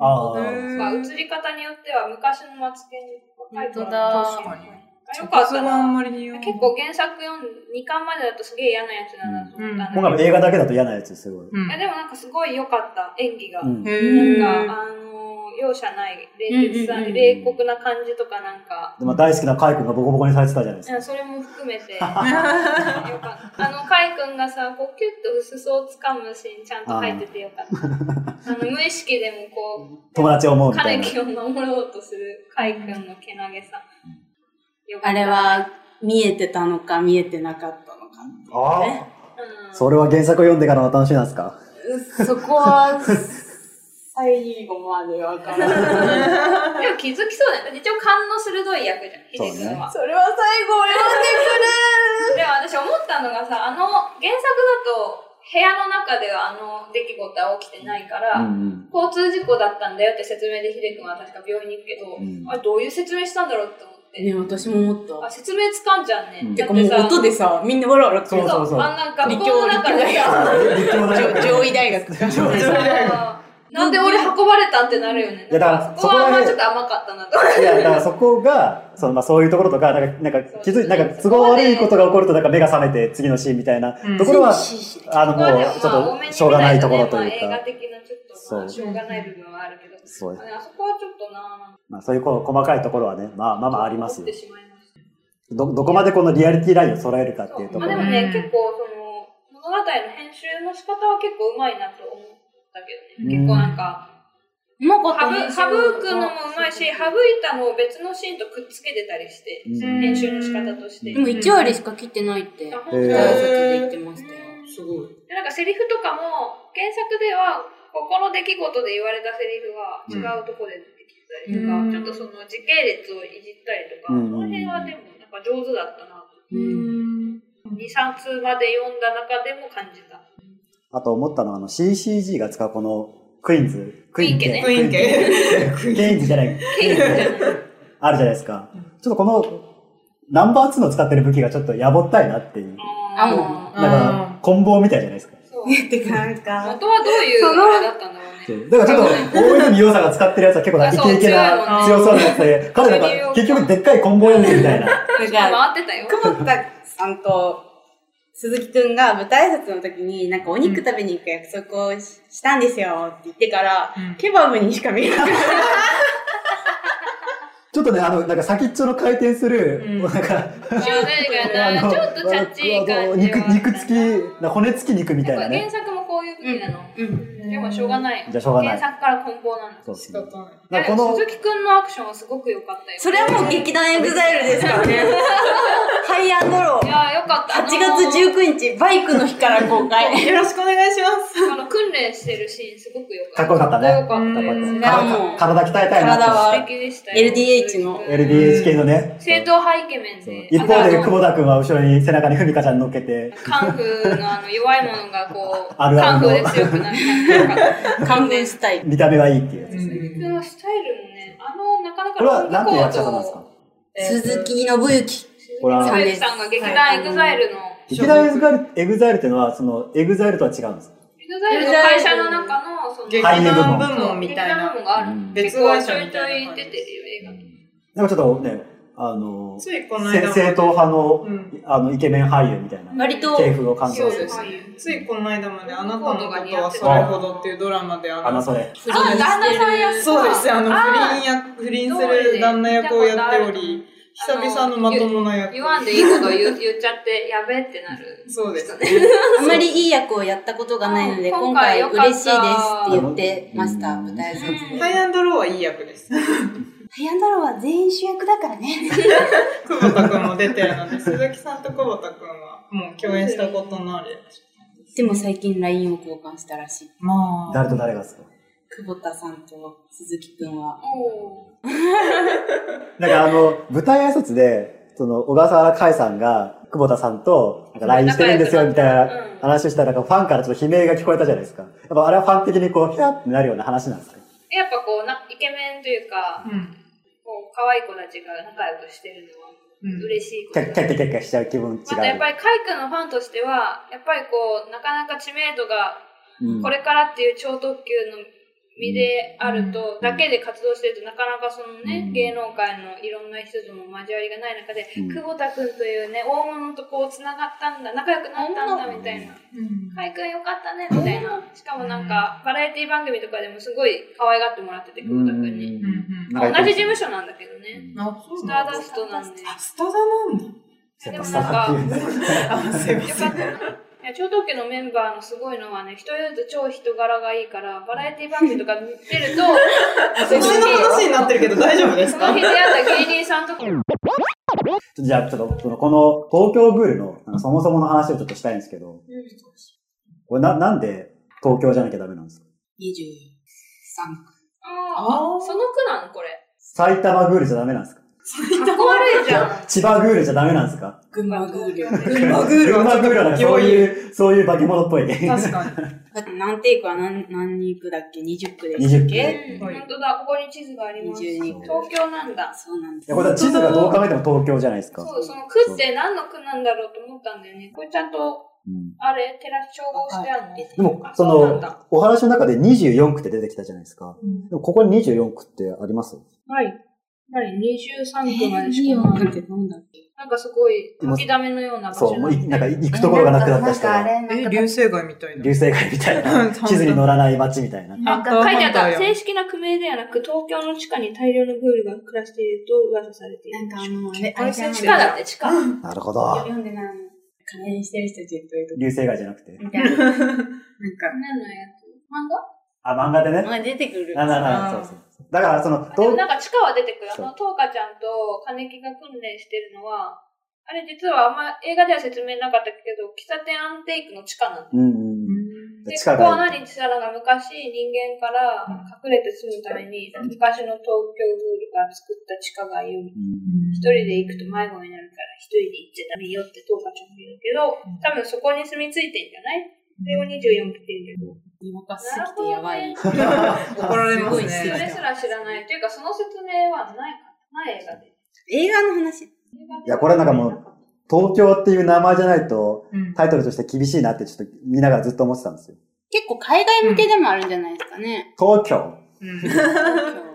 Speaker 1: ああ、
Speaker 2: うん
Speaker 3: なんか映り方によっては昔の松剣に書いて
Speaker 2: 本当だ確か
Speaker 3: よかった
Speaker 2: あん
Speaker 3: な。
Speaker 2: まり言わない
Speaker 3: 結構原作読ん2巻までだとすげえ嫌なやつだなと思ったんだけど
Speaker 1: 僕は映画だけだと嫌なやつ、すごい。
Speaker 2: うん
Speaker 3: いや、でもなんかすごい良かった、演技が。
Speaker 1: うん。
Speaker 2: へー
Speaker 3: なんか、あの、容赦ない、冷徹さ、
Speaker 4: うんうんうん
Speaker 3: 冷酷な感じとかなんか、
Speaker 1: でも大好きなカイ君がボコボコにされてたじゃないです
Speaker 3: う
Speaker 1: か。
Speaker 3: んそれも含めて、よかった。あの、カイ君がさ、こう、キュッと裾をつかむシーンちゃんと入っててよかった。あの、無意識でもこ
Speaker 1: 友達を思う
Speaker 3: う、
Speaker 1: みたい
Speaker 3: 彼
Speaker 1: な。
Speaker 3: 氏を守ろうとするカイ君のけなげさ。よか
Speaker 4: あ
Speaker 3: った
Speaker 4: れ、は見えてたのか見えてなかったのか。
Speaker 1: あ
Speaker 4: ね
Speaker 1: あ、
Speaker 3: うん、
Speaker 1: それは原作を読んでからの楽しみなんですか
Speaker 4: そこは、最後までわ からない。
Speaker 3: でも気づきそうだよね。一応勘の鋭い役じゃん、ヒデ君は。
Speaker 5: それは最後
Speaker 3: でも私思ったのがさ、あの、原作だと、部屋の中ではあの出来事は起きてないから、
Speaker 1: うん
Speaker 3: 交通事故だったんだよって説明でヒデ君は確か病院に行くけど、
Speaker 1: うん
Speaker 3: あれどういう説明したんだろうって思って。
Speaker 4: ね、私も思った
Speaker 3: あ、。説明つかんじゃんね。
Speaker 1: うん
Speaker 4: てかもう音でさ、みんな笑わなくて
Speaker 1: そうそうそう
Speaker 3: あんな学校の中でさ、
Speaker 1: 立教大学
Speaker 4: 上位大 学か。
Speaker 1: 上 位大
Speaker 3: そうなんで俺運ばれたんってなるよね。
Speaker 1: いやだから
Speaker 3: そこはあんまち
Speaker 1: そ
Speaker 3: ょっ
Speaker 1: こと
Speaker 3: 甘かったなと思って。
Speaker 1: いや、だからそこが、そのまあそういうところとか、なんか、なんか気づいて、なんか都合悪いことが起こると、なんか目が覚めて次のシーンみたいな
Speaker 2: うん
Speaker 1: ところは、あの、
Speaker 3: そこは
Speaker 1: も
Speaker 3: で
Speaker 1: う、
Speaker 3: も
Speaker 1: ちょっ
Speaker 3: まあ
Speaker 1: と、しょうがないところと
Speaker 3: 多め
Speaker 1: い
Speaker 3: に
Speaker 1: う
Speaker 3: 見ない
Speaker 1: か
Speaker 3: とねまあ映画、的なちょっと、まあ、
Speaker 1: そう
Speaker 3: しょうがない部分はあるけど。
Speaker 1: そう
Speaker 3: あねあそこはちょっとな
Speaker 1: まあそういうこう細かいところはね、まあまあまああります
Speaker 3: 思
Speaker 1: よ
Speaker 3: って。しまいました
Speaker 1: ど、どこまでこのリアリティラインを捉えるかっていうと
Speaker 3: そう
Speaker 1: こ
Speaker 3: まあ
Speaker 1: ろ
Speaker 3: でも。
Speaker 2: う
Speaker 3: ね
Speaker 2: ん、
Speaker 3: 結構その、物語の編集の仕方は結構うまいなと思ったけどね。
Speaker 1: うん
Speaker 3: 結構なんか、
Speaker 4: うまか
Speaker 3: 省
Speaker 4: ったね
Speaker 3: 省くのもうまいし、省いたのを別のシーンとくっつけてたりして、
Speaker 1: うん
Speaker 3: 編集の仕方として。
Speaker 4: でも1割しか切ってないって
Speaker 3: あ、
Speaker 4: 挨
Speaker 3: 本当に
Speaker 1: へー
Speaker 4: 拶で言ってましたよ。すごい。
Speaker 3: でなんかセリフとかも原作ではここの出来事で言われたセリフは違うとこで出てきたりとか、
Speaker 2: うん
Speaker 3: ちょっとその時系列をいじったりとか、
Speaker 1: うん
Speaker 3: その辺はでもなんか上手だったなと
Speaker 2: うん。
Speaker 3: 23通まで読んだ中でも感じた
Speaker 1: あと思ったのは、あの、CCG が使うこの、クイーンズ、ク
Speaker 3: クイーン
Speaker 2: クイーン系。
Speaker 1: クイーンズじゃない、
Speaker 3: ケイじゃない
Speaker 1: あるじゃないですか。ちょっとこの、ナンバー2の使ってる武器がちょっとやぼったいなっていう。
Speaker 3: あ
Speaker 2: うん
Speaker 3: ー
Speaker 1: なんか、棍棒みたいじゃないですか。
Speaker 3: そう
Speaker 4: てか、なんか、
Speaker 3: 元はどういうあれだったんだろうね
Speaker 1: そうだからちょっと、大泉洋さんが使ってるやつは結構なイケイケな
Speaker 2: あそう
Speaker 1: 強そうなやつで、彼なんか結局でっかいコンボやねんみたいな。
Speaker 4: なんか、
Speaker 3: 回って たよ
Speaker 4: 久保田さんと鈴木くんが舞台挨拶の時に、なんかお肉食べに行く約束をししたんですよって言ってから、
Speaker 2: うん
Speaker 4: ケバブにしか見えなかった。
Speaker 1: ちょっとね、あの、なんか先っちょの回転する、
Speaker 2: うん
Speaker 1: なんか、
Speaker 3: ちょうどいいかなちょっとチャッチい感じ
Speaker 1: 肉、肉付き、な骨付き肉みたい
Speaker 3: や
Speaker 1: な
Speaker 3: っぱ原
Speaker 1: ね。
Speaker 3: 作もこういう風なの、
Speaker 4: うん。
Speaker 3: でもしょうがない
Speaker 1: じゃあしょうがない
Speaker 3: 原作から梱包なの
Speaker 1: そうです
Speaker 2: 仕
Speaker 1: ね。
Speaker 2: 方ない。
Speaker 1: なんかこの
Speaker 3: 鈴、木くんのアクションはすごく良かったよ
Speaker 4: それはもう劇団エグザイルですから ね。ハイアンドロー
Speaker 3: い。やーよかった。あ
Speaker 4: 8
Speaker 3: のー
Speaker 4: 月19日、バイクの日から 公 開。
Speaker 2: よろしくお願いします。
Speaker 3: あの訓練してるシーンすごくよか
Speaker 1: か
Speaker 3: った。
Speaker 1: っこよかったね
Speaker 3: かっこよかったです
Speaker 4: うん
Speaker 3: ね。
Speaker 4: かっこよかった
Speaker 3: もう
Speaker 1: 体鍛えたいな
Speaker 4: 体は
Speaker 1: と
Speaker 3: 素敵でしたよ
Speaker 4: LDH の
Speaker 1: LDH 系のね。
Speaker 3: 正統派イケメン
Speaker 1: そう
Speaker 3: で。
Speaker 1: 一方で、
Speaker 3: あ
Speaker 1: 久
Speaker 3: と
Speaker 1: 保田くんは後ろに背中にふみかちゃん乗っけて、
Speaker 3: あのカンフーのあの弱いものがこう、
Speaker 1: あるあ
Speaker 3: カン
Speaker 1: る
Speaker 3: フ
Speaker 1: の
Speaker 3: ーで強くなる感じよかった。
Speaker 4: 勘弁したい。
Speaker 1: 見た目はいいっていうやつですね。
Speaker 3: 鈴木くんはスタイルもね、あの、なかなか
Speaker 1: これは何ていう役者さんなんですか
Speaker 4: 鈴木信之。
Speaker 1: これは、
Speaker 4: はい
Speaker 3: 鈴木さんが劇団エグザイルの、
Speaker 1: 劇団エグザイルエグザイルっていうのは、その、エグザイルとは違うんですか
Speaker 3: エグザイルの会社の中の、その、
Speaker 2: 劇
Speaker 1: 団俳優部門
Speaker 2: 団部門みたい
Speaker 3: 劇団
Speaker 2: な
Speaker 3: 部。門がある。
Speaker 1: うん
Speaker 2: 別会社みたいな感じ
Speaker 3: 結構ちょいちょい出てるよ、映画。
Speaker 1: なんかちょっとね、あの、
Speaker 2: ついこの
Speaker 1: せ
Speaker 2: 間
Speaker 1: 正
Speaker 2: も
Speaker 1: 統派の
Speaker 2: う、ん
Speaker 1: あの、イケメン俳優みたいな、
Speaker 4: 割と、
Speaker 1: 系風を感じ
Speaker 2: そ
Speaker 1: ま
Speaker 2: う
Speaker 1: す
Speaker 2: で
Speaker 1: る。
Speaker 2: す
Speaker 3: そういう
Speaker 2: ついこの間まであなたのことはそれほどっていうドラマであ
Speaker 1: あの、
Speaker 2: の
Speaker 1: それ。
Speaker 4: 不倫
Speaker 3: あ旦那さんや
Speaker 4: してる
Speaker 2: そうですあの
Speaker 3: あー
Speaker 2: 不倫や不倫する旦那役をやっており
Speaker 3: ど
Speaker 2: 久
Speaker 3: ういう
Speaker 2: 々のまともな役
Speaker 3: 言わんでいいこと言う言っちゃって、やべえってなる。
Speaker 2: そうです
Speaker 4: あまりいい役をやったことがないので、
Speaker 3: うん
Speaker 4: 今回
Speaker 3: 今回
Speaker 4: 嬉しいですって言ってました、
Speaker 1: うん
Speaker 4: 舞台挨拶で。
Speaker 2: ハイアンドローはいい役です
Speaker 4: ハイアンドローは全員主役だからね。
Speaker 2: 久保田君も出てるので鈴木さんと久保田君はもう共演したことのある役
Speaker 4: でも最近 LINE を交換したらしい。
Speaker 2: ま
Speaker 1: 誰と誰がですか
Speaker 4: 久保田さんと鈴木くんは。
Speaker 3: おー
Speaker 1: なんかあの、舞台挨拶で、その、小笠原海さんが、久保田さんと、なんか LINE してるんですよ、みたいな
Speaker 3: うん
Speaker 1: 話をしたら、なんかファンからちょっと悲鳴が聞こえたじゃないですか。やっぱあれはファン的にこう、ひゃーってなるような話なんですか
Speaker 3: やっぱこうな、イケメンというか、
Speaker 2: うん
Speaker 3: こう、可愛い子たちが仲良くしてるのは
Speaker 2: うん
Speaker 3: 嬉しいこ
Speaker 1: キ
Speaker 3: と
Speaker 1: ャッキャッキャッキャッキャしちゃう気分違う。
Speaker 3: またやっぱり、カイ君のファンとしては、やっぱりこう、なかなか知名度が、
Speaker 1: うん
Speaker 3: これからっていう超特急の身である
Speaker 1: ん
Speaker 3: と、だけで活動してると、なかなかそのね、
Speaker 1: うん
Speaker 3: 芸能界のいろんな人との交わりがない中で、
Speaker 1: うん
Speaker 3: 久保田君というね、大物とこう、繋がったんだ、仲良くなったんだ、みたいな。カイ君よかったね、みたいな。しかもなんか、バラエティ番組とかでもすごい可愛がってもらってて、久保田君に。
Speaker 2: うんうん
Speaker 1: なんか
Speaker 3: 同じ事務所なんだけどね。
Speaker 1: うん
Speaker 2: あそう
Speaker 3: スタ
Speaker 2: なん
Speaker 3: ー
Speaker 2: だ
Speaker 3: ダストなんで。よか
Speaker 2: あスタダなんだ
Speaker 1: やっぱスターっていうんだ
Speaker 2: あすいません
Speaker 3: ったな。いや超特急のメンバーのすごいのはね、人より超人柄がいいから、バラエティ番組とか見てると、
Speaker 2: 私の話になってるけど大丈夫です
Speaker 3: その
Speaker 2: か
Speaker 3: 日出会った芸人さんとかも、
Speaker 1: じゃあ、ちょっと、その、この、東京ブールの、あのそもそもの話をちょっとしたいんですけど、これな、なんで、東京じゃなきゃダメなんですか
Speaker 4: 23さん。
Speaker 3: あ
Speaker 2: あ
Speaker 3: あ、
Speaker 2: ー
Speaker 3: その句なのこれ。
Speaker 1: 埼玉グールじゃダメなんですか
Speaker 3: かっこ悪いじゃ ん。
Speaker 1: 千葉グールじゃダメなんですか
Speaker 4: 群馬グール。
Speaker 2: 群馬グール
Speaker 1: 群
Speaker 2: はちょ
Speaker 1: 馬
Speaker 2: っ
Speaker 1: グ
Speaker 2: と
Speaker 1: ールはなんかそういう、そういう化け物っぽい。
Speaker 2: 確かに。
Speaker 4: だって何テイクは何、何区だっけ ?20 区でしたっ
Speaker 1: 20
Speaker 4: け
Speaker 1: 区。
Speaker 3: うん本当だ、ここに地図があります。
Speaker 4: 22
Speaker 1: 区
Speaker 3: 東京なんだ。
Speaker 4: そうなんで
Speaker 1: い
Speaker 4: す
Speaker 1: や、これは地図がどう考えても東京じゃないですか。
Speaker 3: そう、その区って何の区なんだろうと思ったんだよね。これちゃんと、
Speaker 1: うん
Speaker 3: あれ、照らし調合してあるの。
Speaker 4: はい
Speaker 1: でも
Speaker 3: あ、
Speaker 1: そ
Speaker 3: そうなん
Speaker 1: の
Speaker 3: だ、
Speaker 1: お話の中で24区って出てきたじゃないですか。
Speaker 3: うん
Speaker 1: でもここに24区ってあります
Speaker 3: はい。はい、23区までしかない。
Speaker 4: え
Speaker 3: なんかすごい、書き溜めのような場
Speaker 1: そ
Speaker 3: 所
Speaker 1: う、
Speaker 3: な
Speaker 1: も
Speaker 3: ん
Speaker 1: う
Speaker 3: だ
Speaker 1: い、なんか行くところがなくなった人
Speaker 5: なんか
Speaker 1: が、
Speaker 5: あれ、
Speaker 2: え、
Speaker 5: なん
Speaker 2: 流
Speaker 5: か
Speaker 2: 星街みたいな。
Speaker 1: 流星街みたい
Speaker 2: そ
Speaker 1: な
Speaker 2: う、そう
Speaker 1: 地図に載らない街みたいな。
Speaker 5: なんか
Speaker 3: 書いてあ
Speaker 2: あ
Speaker 3: っ
Speaker 2: った
Speaker 3: た。
Speaker 2: よ
Speaker 3: 正式な区名ではなく、東京の地下に大量のグールが暮らしていると噂されてい
Speaker 5: なん
Speaker 3: る。
Speaker 5: かあの、ね、
Speaker 2: こ
Speaker 5: あ
Speaker 2: れ
Speaker 5: れじゃない
Speaker 3: 地下だって、地下。
Speaker 1: なるほど。
Speaker 5: 読んでない。
Speaker 4: 加減してる人たちいっぱいいる。
Speaker 1: 流星街じゃなくて。
Speaker 5: みたいな。なんか、
Speaker 3: 何のやつ漫画
Speaker 1: あ、漫画でね。
Speaker 4: まあ出てくる。
Speaker 1: なななそうそうそう。だから、その、
Speaker 3: でも
Speaker 1: 東
Speaker 3: なんか地下は出てくる。あ
Speaker 1: そう
Speaker 3: の、トウカちゃんと金木が訓練してるのは、あれ実はあんま映画では説明なかったけど、喫茶店アンテイクの地下なの。
Speaker 1: うんうんうん。
Speaker 3: で、
Speaker 1: 地
Speaker 3: こ
Speaker 1: 下
Speaker 3: こは
Speaker 1: 街。
Speaker 3: 何したらが昔人間から隠れて住むために、昔の東京グールが作った地下街を、
Speaker 1: うん
Speaker 3: 一人で行くと迷子になるから一人で行っちゃダメよってトウカちゃんが言うけど、多分そこに住み着いてんじゃないそれを24分で。
Speaker 4: にわかすぎてやばい。
Speaker 2: 怒られます
Speaker 4: ごい好き
Speaker 3: それ
Speaker 2: ね。
Speaker 3: すら知らない。というか、その説明はないかな、ない映画で。
Speaker 4: 映画の話。
Speaker 1: いやこれなんかもう東京っていう名前じゃないと、
Speaker 2: うん
Speaker 1: タイトルとして厳しいなってちょっと見ながらずっと思ってたんですよ。
Speaker 4: 結構海外向けでもあるんじゃないですかね。
Speaker 1: 東京。
Speaker 2: うん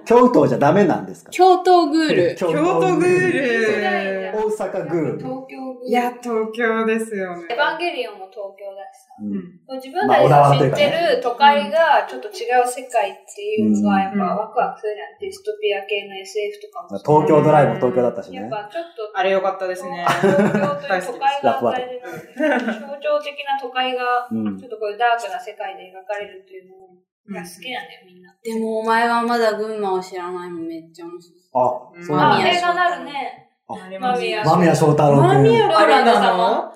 Speaker 1: 京都じゃダメなんですか
Speaker 4: 京都グー ル。
Speaker 1: 京
Speaker 2: 京都グー
Speaker 3: ル
Speaker 2: ル。
Speaker 1: 大阪グール。
Speaker 3: 東京グール
Speaker 2: いや、東京ですよね
Speaker 3: エ。ヴァンゲリオンも東京だしさ。
Speaker 1: うん
Speaker 3: 自分たち
Speaker 1: まあ小
Speaker 3: が
Speaker 1: 田原と
Speaker 3: 知
Speaker 1: いう
Speaker 3: っ
Speaker 1: か
Speaker 3: て
Speaker 1: ね
Speaker 3: る都会がちょっと違う世界っていうのはやっぱ
Speaker 2: うん
Speaker 3: ワクワクするじゃん。ディストピア系の SF とかもそう
Speaker 1: 東京ドライブも東京だったし
Speaker 3: や
Speaker 1: ね
Speaker 3: っ。ぱちょっと
Speaker 2: あれ良かったですね。
Speaker 3: 東京という都会が与えるなんで象徴的な都会が
Speaker 1: うん
Speaker 3: ちょっとこういうダークな世界で描かれるっていうのが好きなんだよみんな。
Speaker 4: でもお前はまだ群馬を知らないもんめっちゃ面白い。
Speaker 1: あ、
Speaker 2: うん
Speaker 1: そうな
Speaker 3: あ
Speaker 1: んだ。
Speaker 4: 間宮
Speaker 3: 映画なるね。
Speaker 2: あり
Speaker 3: 間
Speaker 2: ます
Speaker 3: 宮
Speaker 1: 間宮祥太郎
Speaker 4: 間
Speaker 1: 君。
Speaker 4: 宮
Speaker 2: あれなの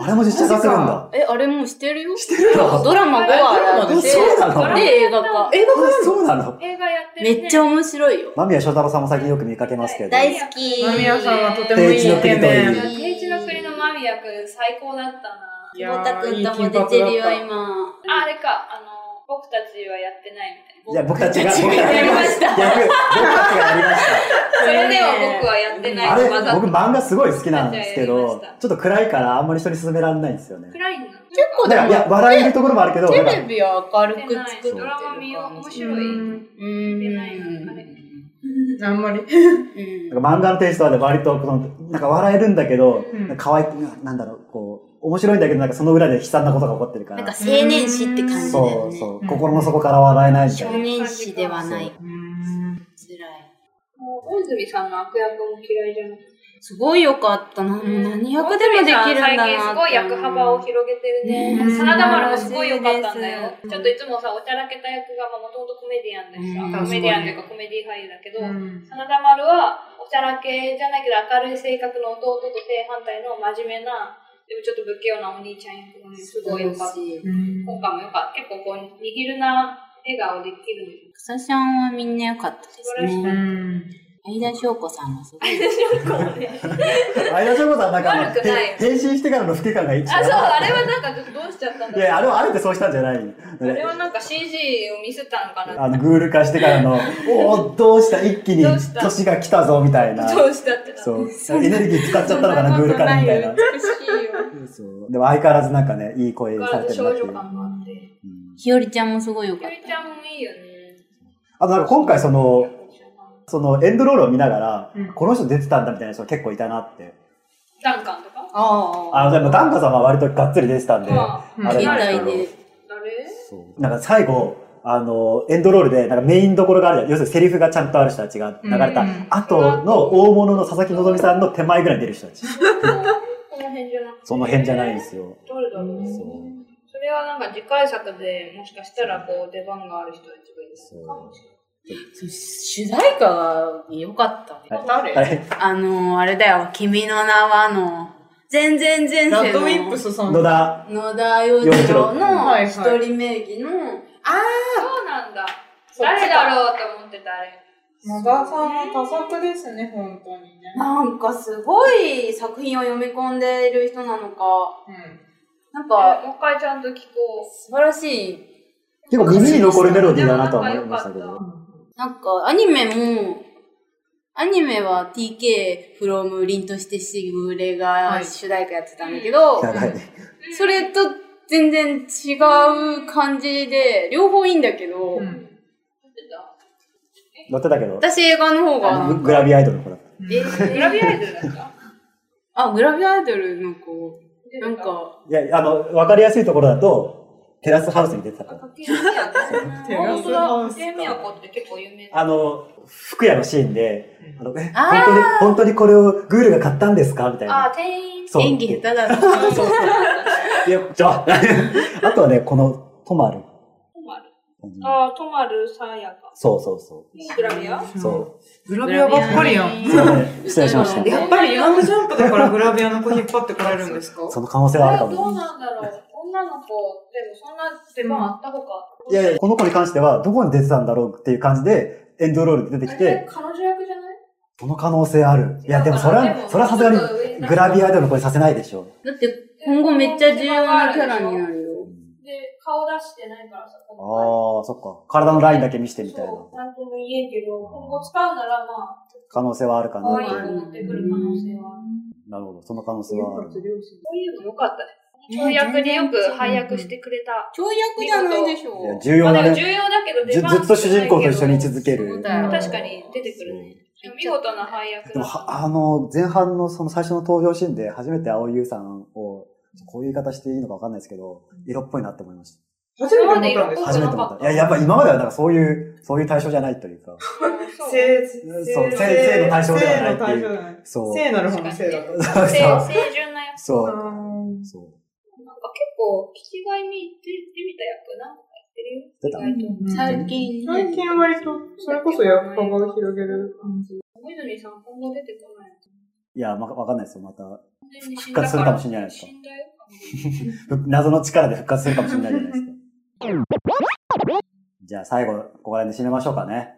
Speaker 1: あれも実写化するんだ。
Speaker 4: え、あれもうしてるよして
Speaker 1: るの
Speaker 4: ドラマ5話
Speaker 1: え
Speaker 4: やって、
Speaker 1: そうなの
Speaker 4: で映画化。
Speaker 1: え、そうなの
Speaker 3: 映画やってるね。
Speaker 4: めっちゃ面白いよ。
Speaker 1: 間宮祥太郎さんも最近よく見かけますけど。
Speaker 4: 大好き。
Speaker 2: 間宮さんはとても
Speaker 1: い
Speaker 2: い
Speaker 1: い
Speaker 2: い
Speaker 1: イ
Speaker 2: イ
Speaker 1: ケ
Speaker 2: ケ
Speaker 1: メ
Speaker 2: メ
Speaker 1: ン
Speaker 2: ン。
Speaker 3: 平地の国の間宮君最高だったな。
Speaker 2: い
Speaker 4: 久保田くんとも出てるよ、今。
Speaker 3: ああれか、あの、僕たちはやってないみたいな。
Speaker 1: いや、僕たちが、
Speaker 4: 僕
Speaker 1: 僕たちが
Speaker 4: や
Speaker 1: やり
Speaker 4: り
Speaker 1: ま
Speaker 4: ま
Speaker 1: し。
Speaker 4: した た
Speaker 1: 逆、僕たちがやりまし
Speaker 3: それでは僕はやってない。
Speaker 1: た。あれ、
Speaker 3: わざと
Speaker 1: 僕漫画すごい好きなんですけど
Speaker 3: 僕たちはやりまし、
Speaker 1: ちょっと暗いからあんまり人に勧められないんですよね
Speaker 3: た。暗いんだ。結
Speaker 1: だから、いや、笑えるところもあるけど、な
Speaker 4: テ
Speaker 1: ん
Speaker 4: レ
Speaker 1: か
Speaker 4: ビは明
Speaker 3: や
Speaker 4: る
Speaker 3: っ
Speaker 4: く
Speaker 3: て
Speaker 4: 作
Speaker 3: な
Speaker 4: っ
Speaker 3: い。
Speaker 4: てる
Speaker 3: ドラマ見よう、面
Speaker 4: 感じ。
Speaker 3: 白い。
Speaker 2: うん
Speaker 4: うーん。
Speaker 3: あれ
Speaker 2: あんまり。
Speaker 4: うん
Speaker 1: なんか漫画のテイストはね割とこの、なんか笑えるんだけど、
Speaker 2: うん
Speaker 1: なんか可愛く、ななんだろう、こう、面白いんだけど、なんかその裏で悲惨なことが起こってるか
Speaker 4: なん
Speaker 1: ら。
Speaker 4: か青年誌って感じだ
Speaker 1: そ
Speaker 4: よ
Speaker 1: う
Speaker 4: ね。
Speaker 1: そう、
Speaker 2: うん
Speaker 1: 心の底から笑えないみた
Speaker 4: 少
Speaker 1: いな。
Speaker 4: 年誌ではない。
Speaker 2: うん。
Speaker 4: 辛い。
Speaker 3: もう大泉さんの悪役も嫌いじゃない。
Speaker 4: すごい良かったな。もう何役でもできるんだなっ
Speaker 3: 最
Speaker 4: て。
Speaker 3: 近すごい役幅を広げてるね。
Speaker 2: うん
Speaker 3: 真田丸もすごい良かったんだよ。
Speaker 4: うん
Speaker 3: ちょっといつもさ、おちゃらけた役が、まあ、もともとコメディアンで
Speaker 4: うん
Speaker 3: さ、コメディアンというかコメディ俳優だけ
Speaker 2: う
Speaker 3: ど、
Speaker 2: ん
Speaker 3: 真田丸はおちゃらけじゃないけど明るい性格の弟と正反対の真面目なでもちょっと不器用なお兄ちゃん役がねすごい良かった
Speaker 4: し
Speaker 3: 今回も良かった結構こうにぎるな笑顔で きるのよ
Speaker 4: 草ちゃんはみんな良かったです
Speaker 3: 素晴
Speaker 2: う
Speaker 4: ね。
Speaker 2: ん。
Speaker 4: 相田翔子さんもすごい。
Speaker 1: 相田翔子さんなんかあの
Speaker 3: 悪くない
Speaker 1: へ変身してからの老け感がいい。
Speaker 3: あそうあれはなんかどうしちゃったんだ
Speaker 1: いや、あれはあえてそうしたんじゃない。
Speaker 3: あれはなんか CG を見せたのかな
Speaker 1: あの、グール化してからの、おお、どうした一気に
Speaker 3: どうした
Speaker 1: 年が来たぞ、みたいな。
Speaker 3: どうしたってな
Speaker 1: そう。エネルギー使っちゃったのかな、グール化でみたいな。
Speaker 3: 美しいよ
Speaker 1: そう。でも相変わらずなんかね、いい声
Speaker 3: 相変
Speaker 1: さ
Speaker 3: わ
Speaker 1: れ
Speaker 3: ら
Speaker 1: て
Speaker 3: ず
Speaker 1: る
Speaker 3: 少
Speaker 1: なっていう。
Speaker 3: 女感があってひ
Speaker 1: うん
Speaker 4: ひよりちゃんもすごい良か
Speaker 3: よ
Speaker 4: っ
Speaker 3: りちゃ
Speaker 4: た。
Speaker 3: んもいいよね
Speaker 1: あとなんか今回その、そのエンドロールを見ながら、
Speaker 2: うん
Speaker 1: この人出てたんだみたいな人結構いたなって。
Speaker 3: ダンカンとか
Speaker 4: ああ。
Speaker 1: あの、でも、ダンカさんは割とがっつり出てたんで、
Speaker 3: ま
Speaker 2: うん
Speaker 1: あれ
Speaker 4: み
Speaker 1: なん
Speaker 4: た
Speaker 1: です
Speaker 4: い
Speaker 1: けど
Speaker 4: で。
Speaker 3: 誰
Speaker 1: そうなんか最後、あの、エンドロールで、なんかメインどころがあるじゃん。要するにセリフがちゃんとある人たちが流れた
Speaker 2: うんうん
Speaker 1: 後の大物の佐々木希さんの手前ぐらいに出る人たち。
Speaker 3: この辺じゃなくて
Speaker 1: その辺じゃないんですよ。
Speaker 3: どれだろう
Speaker 1: そう。
Speaker 3: それはなんか次回作でもしかしたらこう出番がある人たちがいるのかもしれない。
Speaker 4: 主題歌が良かったね。
Speaker 2: 誰
Speaker 1: あれ
Speaker 4: あのー、あれだよ、君の名はの、全然前世の
Speaker 2: ラッドウィンプスさん。
Speaker 1: 野田。
Speaker 4: 野田洋次郎
Speaker 1: 洋次郎
Speaker 4: の
Speaker 2: はいはい
Speaker 4: 一人名義の、
Speaker 3: そうなんだ。誰だろうと思ってた、あれ。
Speaker 2: 野田さんは多作ですね、本当にね。
Speaker 4: なんかすごい作品を読み込んでいる人なのか、
Speaker 2: うん。
Speaker 4: なんか
Speaker 3: もう一回ちゃんと聞こ
Speaker 4: 素晴らしい。
Speaker 1: 結構耳に残るメロディーだなとは思いましたけど。
Speaker 4: なんかアニメも、アニメは TK from 凛としてしぐれ
Speaker 2: は
Speaker 4: が
Speaker 2: い
Speaker 4: 主題歌やってたんだけど、
Speaker 1: 長い。
Speaker 3: う。
Speaker 4: それと全然違う感じで、両方いいんだけど、
Speaker 2: うん。
Speaker 1: 乗ってたけど、
Speaker 4: 私映画の方が、
Speaker 1: ググラビアアイドルの子だった。
Speaker 4: え
Speaker 3: グラビアアイドルだった
Speaker 4: あ、グラビアアイドルの子、なん、か、
Speaker 1: いや、あの、わかりやすいところだと、テラスハウスに出てたから。
Speaker 3: 竹内や
Speaker 2: テラスハウスか。
Speaker 3: 竹内や子って結構有名だ。
Speaker 1: あの、服屋のシーンで、あの、え、
Speaker 4: あ
Speaker 1: 本
Speaker 4: ー
Speaker 1: 当に、本当にこれをグールが買ったんですかみたい
Speaker 3: あ
Speaker 1: な。、
Speaker 3: 店員
Speaker 1: そう
Speaker 4: 演技下手だな。
Speaker 3: そうそう。
Speaker 1: いや、じゃあ、あとはね、この、トマル。
Speaker 3: トマル。
Speaker 1: うん
Speaker 3: あ、トマルさんやか。
Speaker 1: そうそうそ
Speaker 3: グラビア
Speaker 1: う。そう
Speaker 2: グラビアばっかりやん。
Speaker 1: う。すいません失礼しました。
Speaker 2: やっぱりヤングジャンプだからグラビアの子引っ張ってこられるんですか
Speaker 1: その可能性はあるか
Speaker 3: どう
Speaker 1: も。
Speaker 3: なんだろう。女の子、でもそんな出番あったほか。
Speaker 1: いやいや、この子に関しては、どこに出てたんだろうっていう感じで、エンドロールで出てき
Speaker 3: あれ
Speaker 1: て、
Speaker 3: 彼女役じゃない
Speaker 1: その可能性ある。いや、でもそれは、それはさすがに、グラビアアイドルの子にさせないでしょ。
Speaker 4: だって、今後めっちゃ重要なキャラになるよ。
Speaker 3: で、顔出してないからさ、
Speaker 1: ああ、そっか。体のラインだけ見せてみたいな。
Speaker 3: そう、なんとも言えんけど、今後使うならまあ、
Speaker 1: 可能性はあるかな
Speaker 3: 可
Speaker 1: っ
Speaker 3: 愛い
Speaker 1: てい
Speaker 3: 子
Speaker 1: う。
Speaker 3: 持ってくる可能性はある。
Speaker 1: なるほど。その可能性はある。
Speaker 3: こういうの良かったね。
Speaker 2: ね
Speaker 3: 跳躍でよく配役してくれた。
Speaker 4: 跳躍じゃないでしょ
Speaker 1: いや
Speaker 4: う。
Speaker 1: 重
Speaker 3: ま
Speaker 1: 要
Speaker 3: あ
Speaker 1: な
Speaker 3: でも
Speaker 1: ね
Speaker 3: 重要だけど
Speaker 1: ず、
Speaker 3: 出番
Speaker 1: ずっと主人公と一緒に居
Speaker 3: 少ない
Speaker 1: 続け
Speaker 4: そう
Speaker 1: る。
Speaker 4: だよ
Speaker 3: けど確かに出てくるね。見事な配役
Speaker 1: で
Speaker 3: だ
Speaker 1: も
Speaker 3: っ
Speaker 1: は
Speaker 3: た。
Speaker 1: あの、前半のその最初の登場シーンで初めて青井優さんを、こういう言い方していいのかわかんないですけど、色っぽいなって思いまし
Speaker 2: 初めて思ったんです
Speaker 1: た。
Speaker 3: そう
Speaker 1: 初めて思
Speaker 3: そうなか
Speaker 1: っ。
Speaker 3: ったた
Speaker 1: いや、やっぱ今まではなんかそういう、そういう対象じゃないというか、
Speaker 3: そう
Speaker 2: 性、
Speaker 1: そう性性の対象ではないっていう
Speaker 2: 性の対象ではない
Speaker 1: そう。
Speaker 2: 性なる方の性だと。
Speaker 1: そう
Speaker 3: 清
Speaker 1: そう
Speaker 3: 清純な役。
Speaker 1: そう。そう。
Speaker 3: なんか結構、聞きがいに出てみた役なんかやってるよ。
Speaker 1: 出た
Speaker 3: 意外と。
Speaker 4: 最近、
Speaker 2: 最近割と、それこそ役感を広げる感じ。
Speaker 3: 小泉さん今後出てこない。
Speaker 1: いや、ま、わかんないですよ。また、
Speaker 3: 完全に死ん
Speaker 1: 復
Speaker 3: だ
Speaker 1: 活するかもしれないですか
Speaker 3: 死んだよ。
Speaker 1: ふ謎の力で復活するかもしれないじゃない ですか。じゃあ最後、ここら辺で締めましょうかね。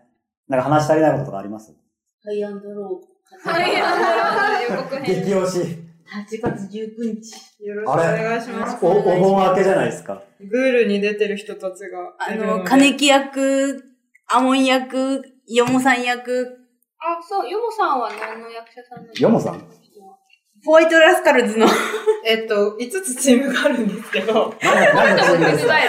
Speaker 1: なんか話し足りないこととかあります
Speaker 4: ハイアンドロー。
Speaker 3: はい、あ の予告編。
Speaker 1: 激推し。
Speaker 4: 8月19日。
Speaker 2: よろしくお願いします。
Speaker 1: お、お盆明けじゃないです か。
Speaker 2: グールに出てる人たちが。
Speaker 4: あの、金木役、アモン役、ヨモさん役、
Speaker 3: あ、そう、ヨモさんは何の役者さんなの
Speaker 1: ヨモ さん
Speaker 4: ホワイトラスカルズの
Speaker 2: えっと、5つチームがあるんですけど、
Speaker 1: 何何のチームですか
Speaker 3: 答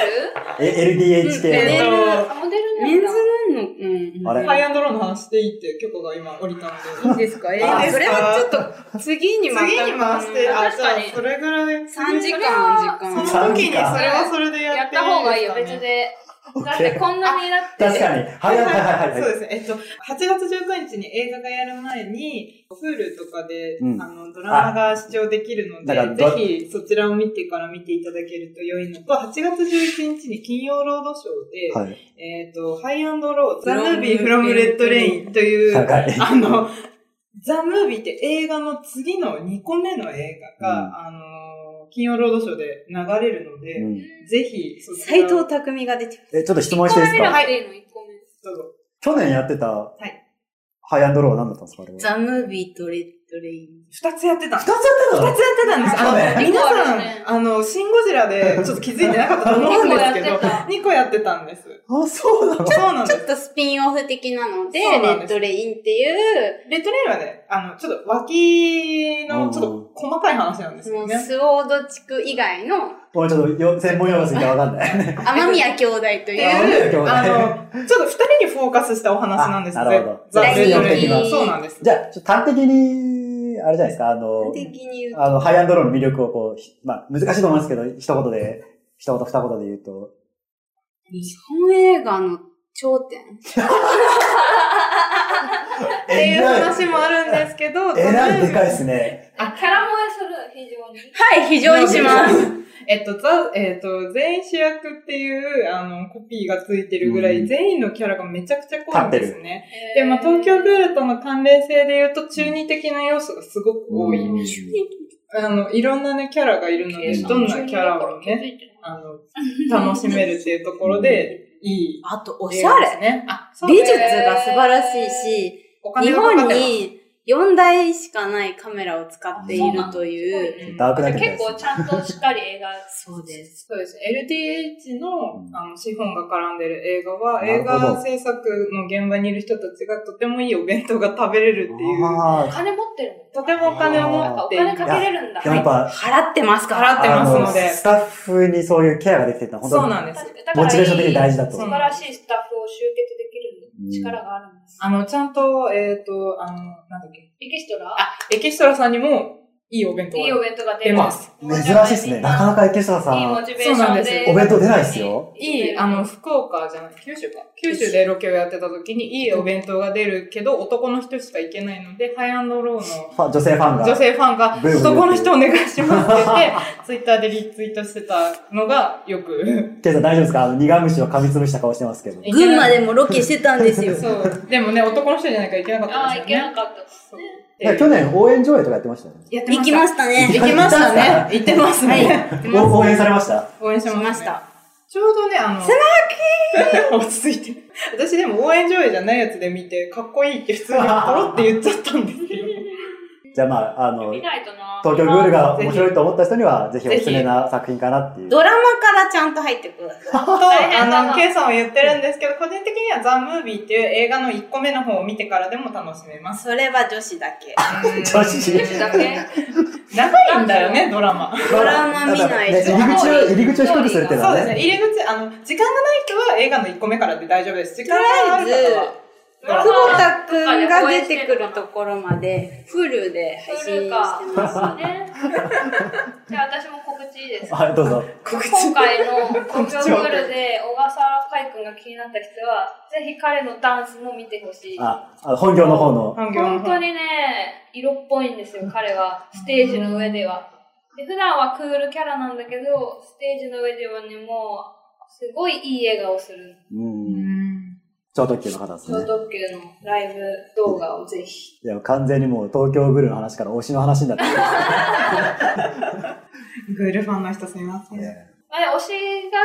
Speaker 3: え
Speaker 1: え
Speaker 3: る
Speaker 2: えっ
Speaker 1: ?LDHK の。
Speaker 2: と、
Speaker 3: あ、モデル
Speaker 4: メンズ
Speaker 3: なんだ。
Speaker 4: なのうん。
Speaker 1: あれ
Speaker 2: ハイアンドローの話していいって許可が今降りた
Speaker 4: い
Speaker 2: の
Speaker 4: い
Speaker 2: で。
Speaker 4: ですかえ
Speaker 1: あいいですか
Speaker 4: それはちょっと、次
Speaker 2: 次
Speaker 4: に
Speaker 2: に
Speaker 4: 回
Speaker 2: 回して、あ、
Speaker 3: 確
Speaker 2: じゃあ
Speaker 3: かに
Speaker 2: それぐらい。
Speaker 4: 3時間、
Speaker 2: そ
Speaker 4: 4
Speaker 2: の
Speaker 4: 時間。
Speaker 2: 時にそれはそれで
Speaker 3: や
Speaker 2: や
Speaker 3: っ
Speaker 2: っていいですかね
Speaker 3: た方がいいよ、別で。だってこんなにだって。
Speaker 1: 確かに。はいはいはいはい
Speaker 2: そ
Speaker 1: はい。
Speaker 2: うですね。えっと、8月19日に映画がやる前に、Hulu とかで、
Speaker 1: うん
Speaker 2: あの、ドラマが視聴できるの
Speaker 1: だから
Speaker 2: で、
Speaker 1: ど
Speaker 2: ぜひそちらを見てから見ていただけると良いのと、8月11日に金曜ロードショーで、
Speaker 1: はい。
Speaker 2: えっ、と、ハイアンドロー、ザ・ムービー・フロム・レッド・レインという、
Speaker 1: 高い。
Speaker 2: あの、ザ・ムービーって映画の次の2個目の映画が、あの、金曜ロードショーで流れるので、
Speaker 1: うん
Speaker 2: ぜひ、そち
Speaker 4: 斎
Speaker 2: らを
Speaker 4: 藤匠が出てる。
Speaker 1: え、ちょっと質問していいです
Speaker 3: カメラ
Speaker 1: か
Speaker 3: 入っていいの、1個目。
Speaker 2: どうぞ
Speaker 1: 去年やってた
Speaker 2: い、
Speaker 1: ハイアンドローは何だったんですかあれは。
Speaker 4: ザ・ムービーとレッドレイン。
Speaker 2: 二つやってた。
Speaker 1: 二つやってた
Speaker 2: 二
Speaker 1: の
Speaker 2: つやってたんです。あの、
Speaker 1: そうね
Speaker 2: 皆さ
Speaker 3: 二個あるね
Speaker 2: ん、あの、シン・ゴジラでちょっと気づいてなかったと思うんですけど
Speaker 3: 二個やってた、
Speaker 2: 二個やってたんです。
Speaker 1: あ、そうなの
Speaker 2: そうなんで
Speaker 4: ちょ
Speaker 2: す
Speaker 4: っ。とスピンオフ的なので、
Speaker 2: そう
Speaker 4: レ
Speaker 2: なん
Speaker 4: ッ
Speaker 2: です
Speaker 4: ドレインっていう、
Speaker 2: レッドレインはね、あの、ちょっと脇のちょっと細かい話なんです
Speaker 4: その
Speaker 2: よね。
Speaker 4: スウォード地区以外の、
Speaker 1: もうちょっとよ専門用語すぎてわかん ない。
Speaker 4: 天宮兄
Speaker 2: っ
Speaker 4: 弟とい
Speaker 2: て
Speaker 4: う、
Speaker 2: い
Speaker 1: あ
Speaker 2: う、あの、ちょっと二人にフォーカスしたお話なんです
Speaker 1: あなるほど
Speaker 2: ザ・レッドレイン
Speaker 4: ライン
Speaker 2: そうなんです。
Speaker 1: じゃあ、ちょっと端的に、あれじゃないですか、あの、
Speaker 4: 的に言うと
Speaker 1: あの、ハイアンドローの魅力をこうひ、まあ、難しいと思いますけど、一言で、一言二言で言うと、
Speaker 4: 日本映画の頂点っていう話もあるんですけど、
Speaker 1: えらい
Speaker 4: こ
Speaker 1: で
Speaker 4: の
Speaker 1: かいですね。
Speaker 3: あ、キャラ萌えする、非常に。
Speaker 4: はい、非常にします。
Speaker 2: えっと、ザ、えっと、全員主役っていう、あの、コピーがついてるぐら
Speaker 1: う
Speaker 2: い、
Speaker 1: ん
Speaker 2: 全員のキャラがめちゃくちゃ濃いんですね。
Speaker 3: へ
Speaker 2: で、
Speaker 3: ー
Speaker 2: まあ、東京グールとの関連性で言うと、中二的な要素がすごく多い。あの、いろんなね、キャラがいるので、どんなキャラもね、あの、楽しめるっていうところで、いい。
Speaker 4: あと、おしゃれ。
Speaker 2: ね。あ、そう
Speaker 4: 美術が素晴らしいし、
Speaker 2: お金
Speaker 4: 日
Speaker 2: がかか
Speaker 4: 本
Speaker 2: ってます
Speaker 4: に4台しかないカメラを使っているという。
Speaker 2: うん
Speaker 1: ダークナイトみたい
Speaker 3: 結
Speaker 1: です
Speaker 3: 構ちゃんとしっかり映画、
Speaker 4: そうです。
Speaker 2: そうですね。LDH の
Speaker 1: うん
Speaker 2: あの資本が絡んでる映画は、
Speaker 1: なる
Speaker 2: 映
Speaker 1: ほど
Speaker 2: 画制作の現場にいる人たちがとてもいいお弁当が食べれるっていう。
Speaker 1: あ
Speaker 3: お
Speaker 1: ー
Speaker 3: 金持ってるの
Speaker 2: とてもお金を持
Speaker 3: なんか
Speaker 2: っ
Speaker 3: お
Speaker 2: ている。
Speaker 3: 金かけれるんだ。
Speaker 1: でもやっぱ、
Speaker 4: 払ってますから。
Speaker 2: 払ってますので
Speaker 1: あスタッフにそういうケアができてるのは
Speaker 2: そう
Speaker 1: 本
Speaker 2: なんです。
Speaker 3: 確かだから
Speaker 1: 当にモチベーション的に大事だと
Speaker 3: 素
Speaker 1: 思う。
Speaker 3: 晴らしいスタッフを集結できる力があるんです。
Speaker 2: あの、ちゃんと、えっ、と、あの、なんだっけ。
Speaker 3: エキストラ
Speaker 2: あ、エキストラさんにもいいお弁当
Speaker 3: いい
Speaker 2: が
Speaker 3: お弁当が出
Speaker 2: 出
Speaker 3: ま。
Speaker 2: ます
Speaker 1: 珍
Speaker 2: す。
Speaker 1: しいですね。なかなか池澤さ
Speaker 3: いいモ
Speaker 1: ん、
Speaker 3: チベーションで。
Speaker 2: そうなんです
Speaker 1: お弁当出ないっすよ。
Speaker 2: いい、あの、、福岡じゃない、九州か。九州でロケをやってた時にいいお弁当が出るけど、男の人しか行けないので、ハイアンドローの
Speaker 1: ファン女性ファンが。
Speaker 2: 女性ファンが、
Speaker 1: ブームになってる
Speaker 2: 男の人お願いしますって言って、 ツイッターでリツイートしてたのがよく。
Speaker 1: 池澤さん大丈夫ですかあの、苦虫を噛みつぶした顔してますけど。
Speaker 2: え
Speaker 4: 群馬でもロケしてたんですよ。
Speaker 2: そう。でもね、男の人じゃないからいけなか
Speaker 3: あ
Speaker 2: ったん
Speaker 3: あ、い
Speaker 2: です
Speaker 3: け
Speaker 2: よね。
Speaker 3: なかった。
Speaker 2: そう
Speaker 1: なんか去年応援上映とかやってましたよね。
Speaker 2: やって
Speaker 4: 行きま
Speaker 2: し
Speaker 4: したね。
Speaker 2: 行きましたね。行ってます
Speaker 4: はい。
Speaker 2: ね。
Speaker 4: 行きま
Speaker 1: お応援されました
Speaker 2: 応援し
Speaker 4: し
Speaker 2: ま
Speaker 4: ま
Speaker 2: し。
Speaker 4: したた。
Speaker 2: ちょうどね、あの、 落ち着いて。私でも応援上映じゃないやつで見て、かっこいいって普通にポロって言っちゃったんですけど。
Speaker 1: じゃあまあ、あの、
Speaker 3: 見ないとな。
Speaker 1: 東京グールが面白いと思った人には、ぜひお
Speaker 2: ぜひ
Speaker 1: すすめな作品かなっていう。
Speaker 4: ドラマからちゃんと入ってください。
Speaker 2: と、
Speaker 3: 大変だ
Speaker 2: あ
Speaker 3: な
Speaker 2: の、ケイさんは言ってるんですけど、個人的にはザ・ムービーっていう映画の1個目の方を見てからでも楽しめます。
Speaker 4: それは女子だけ。
Speaker 2: 女
Speaker 1: 女子
Speaker 3: 女子だけ。
Speaker 2: 長いんだよね、ドラマ。
Speaker 4: ドラマ見ない
Speaker 1: ね
Speaker 4: と
Speaker 1: 入り口を、入り口を低くするっていうの
Speaker 2: そう
Speaker 1: は
Speaker 2: ですね。
Speaker 1: ね。
Speaker 2: 入り口、あの、時間がない人は映画の1個目からで大丈夫です。時間がある方は。
Speaker 3: とりあ
Speaker 4: 久
Speaker 3: えず
Speaker 4: 保田くんが出てくるところまで、フルで配信してますので。
Speaker 3: ね。じゃあ私も告知いいですか
Speaker 1: はい、どうぞ。
Speaker 2: 告知
Speaker 3: 今回の東京フルで小笠原海君が気になった人は、ぜひ彼のダンスも見てほしい。
Speaker 1: あ、あの本業の方の。
Speaker 2: 本業の
Speaker 3: 本当
Speaker 2: 方
Speaker 3: にね、色っぽいんですよ、彼は。ステージの上では。で普段はクールキャラなんだけど、ステージの上ではね、もう、すごいいい笑顔する。
Speaker 1: うん。超特急の方です
Speaker 3: 超
Speaker 1: ね。
Speaker 3: 特急のライブ動画をぜひ。
Speaker 1: いや、完全にもう東京ブルーの話から推しの話になってきま
Speaker 2: グールファンの人すみませ
Speaker 1: す
Speaker 2: ん。
Speaker 1: ね。
Speaker 3: まあ、推しが、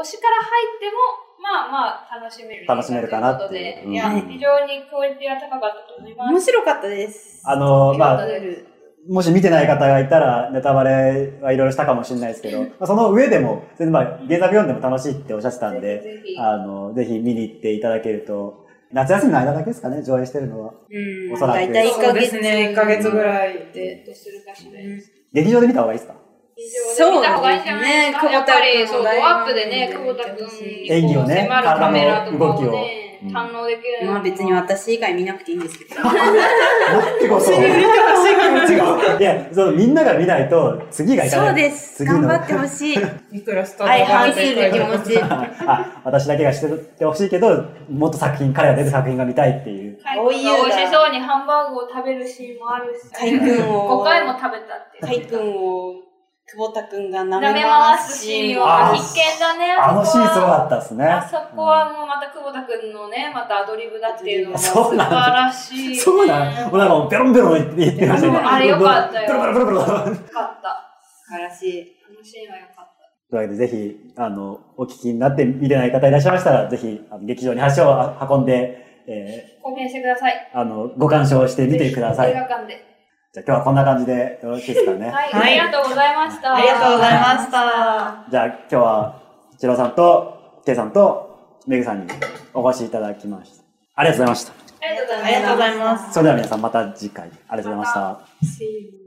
Speaker 3: 推しから入っても、まあまあ、楽しめる。
Speaker 1: 楽しめるかなっていう
Speaker 3: とことでいや、
Speaker 1: うん
Speaker 3: 非常にクオリティが高かったと思います。
Speaker 4: 面白かったです。
Speaker 1: あの、まあ、
Speaker 3: 良かったです
Speaker 1: もし見てない方がいたら、ネタバレはいろいろしたかもしれないですけど、まあその上でも、全然まあ、原作読んでも楽しいっておっしゃってたんで、
Speaker 3: ぜひぜひ
Speaker 1: あの、ぜひ見に行っていただけると、夏休みの間だけですかね、上映してるのは。
Speaker 4: うん。
Speaker 1: おそらく
Speaker 4: だいたい1
Speaker 2: そ
Speaker 4: ヶ
Speaker 2: うで
Speaker 4: 月。
Speaker 2: すね、1ヶ月ぐらいで。
Speaker 3: どうするかしらです。
Speaker 1: 劇場で見た方がいいです か
Speaker 3: 劇場で見た方がいいんじゃないですか。
Speaker 4: そうです
Speaker 3: や
Speaker 4: ね
Speaker 3: っぱり、そう、
Speaker 4: 久保
Speaker 3: ド
Speaker 4: 田
Speaker 3: アップ
Speaker 4: 君の
Speaker 3: でね、
Speaker 4: ライ
Speaker 3: 久
Speaker 4: ブ
Speaker 3: 保
Speaker 4: を
Speaker 1: 演技を
Speaker 3: 田君に
Speaker 4: 見て
Speaker 1: ね
Speaker 3: 迫るカメラとか
Speaker 1: 体の動
Speaker 3: を
Speaker 1: きを
Speaker 3: ね、
Speaker 1: うん
Speaker 3: 堪能できる。
Speaker 4: まあ別に私以外見なくていいんですけど。
Speaker 1: なんてことを
Speaker 2: 振りかしい気持ちが。
Speaker 1: いや、そのみんなが見ないと、次がいかない。
Speaker 4: そうです。
Speaker 1: 次の
Speaker 4: 頑張って ほしい。
Speaker 2: いくらスタ
Speaker 4: 相反す
Speaker 2: で
Speaker 4: る気 持ち。
Speaker 1: あ、私だけがしててほしいけど、もっと作品、彼が出る作品が見たいっていう。
Speaker 3: カイ君が美味しそうにハンバーグを食べるシーンもあるし、
Speaker 4: 海くんを。
Speaker 3: 5回も食べたっていう。
Speaker 4: 海くんを、久保田くんが舐
Speaker 3: 舐め
Speaker 4: め
Speaker 3: 回
Speaker 4: 回
Speaker 3: す
Speaker 4: す
Speaker 3: シ
Speaker 4: シ
Speaker 3: ーン
Speaker 4: ーン
Speaker 3: は
Speaker 1: あ
Speaker 4: は
Speaker 1: ー
Speaker 3: 必見だね。
Speaker 1: あのシーンすご
Speaker 3: は。
Speaker 1: かったですね。
Speaker 3: あそこはもうまた久保田君のね、またアドリブだっていうのが素
Speaker 1: そう
Speaker 3: 晴
Speaker 1: なんだ
Speaker 3: らしい、
Speaker 1: う
Speaker 3: ね。
Speaker 1: んそうなのもうなんかもうベロンベロン言 ってましたね。
Speaker 3: あれよかったよ
Speaker 1: ベロベロベロベロベロ。
Speaker 3: よかった。
Speaker 4: 素晴らしい。
Speaker 3: あのシーンはよかった。
Speaker 1: というわけで、ぜひ、あの、お聞きになって見てない方いらっしゃいましたら、ぜひ、あの劇場に足を運んで、え
Speaker 3: 貢献してください。
Speaker 1: ーあの、ご鑑賞してみてください。
Speaker 3: 映
Speaker 1: じ
Speaker 3: 画
Speaker 1: ゃあ
Speaker 3: 館で。
Speaker 1: 今日はこんな感じでよろしいですかね。
Speaker 3: はい、
Speaker 2: はい
Speaker 3: ありがとうございました。
Speaker 2: ありがとうございました。
Speaker 1: じゃあ今日は、一郎さんと、ケイさんと、めぐさんにお越しいただきました。ありがとうございました。
Speaker 3: ありがとうございま
Speaker 2: あ
Speaker 3: し
Speaker 2: り
Speaker 3: た
Speaker 2: がとうございます。
Speaker 1: それでは皆さんまた次回、ありがとうございました。
Speaker 2: See you.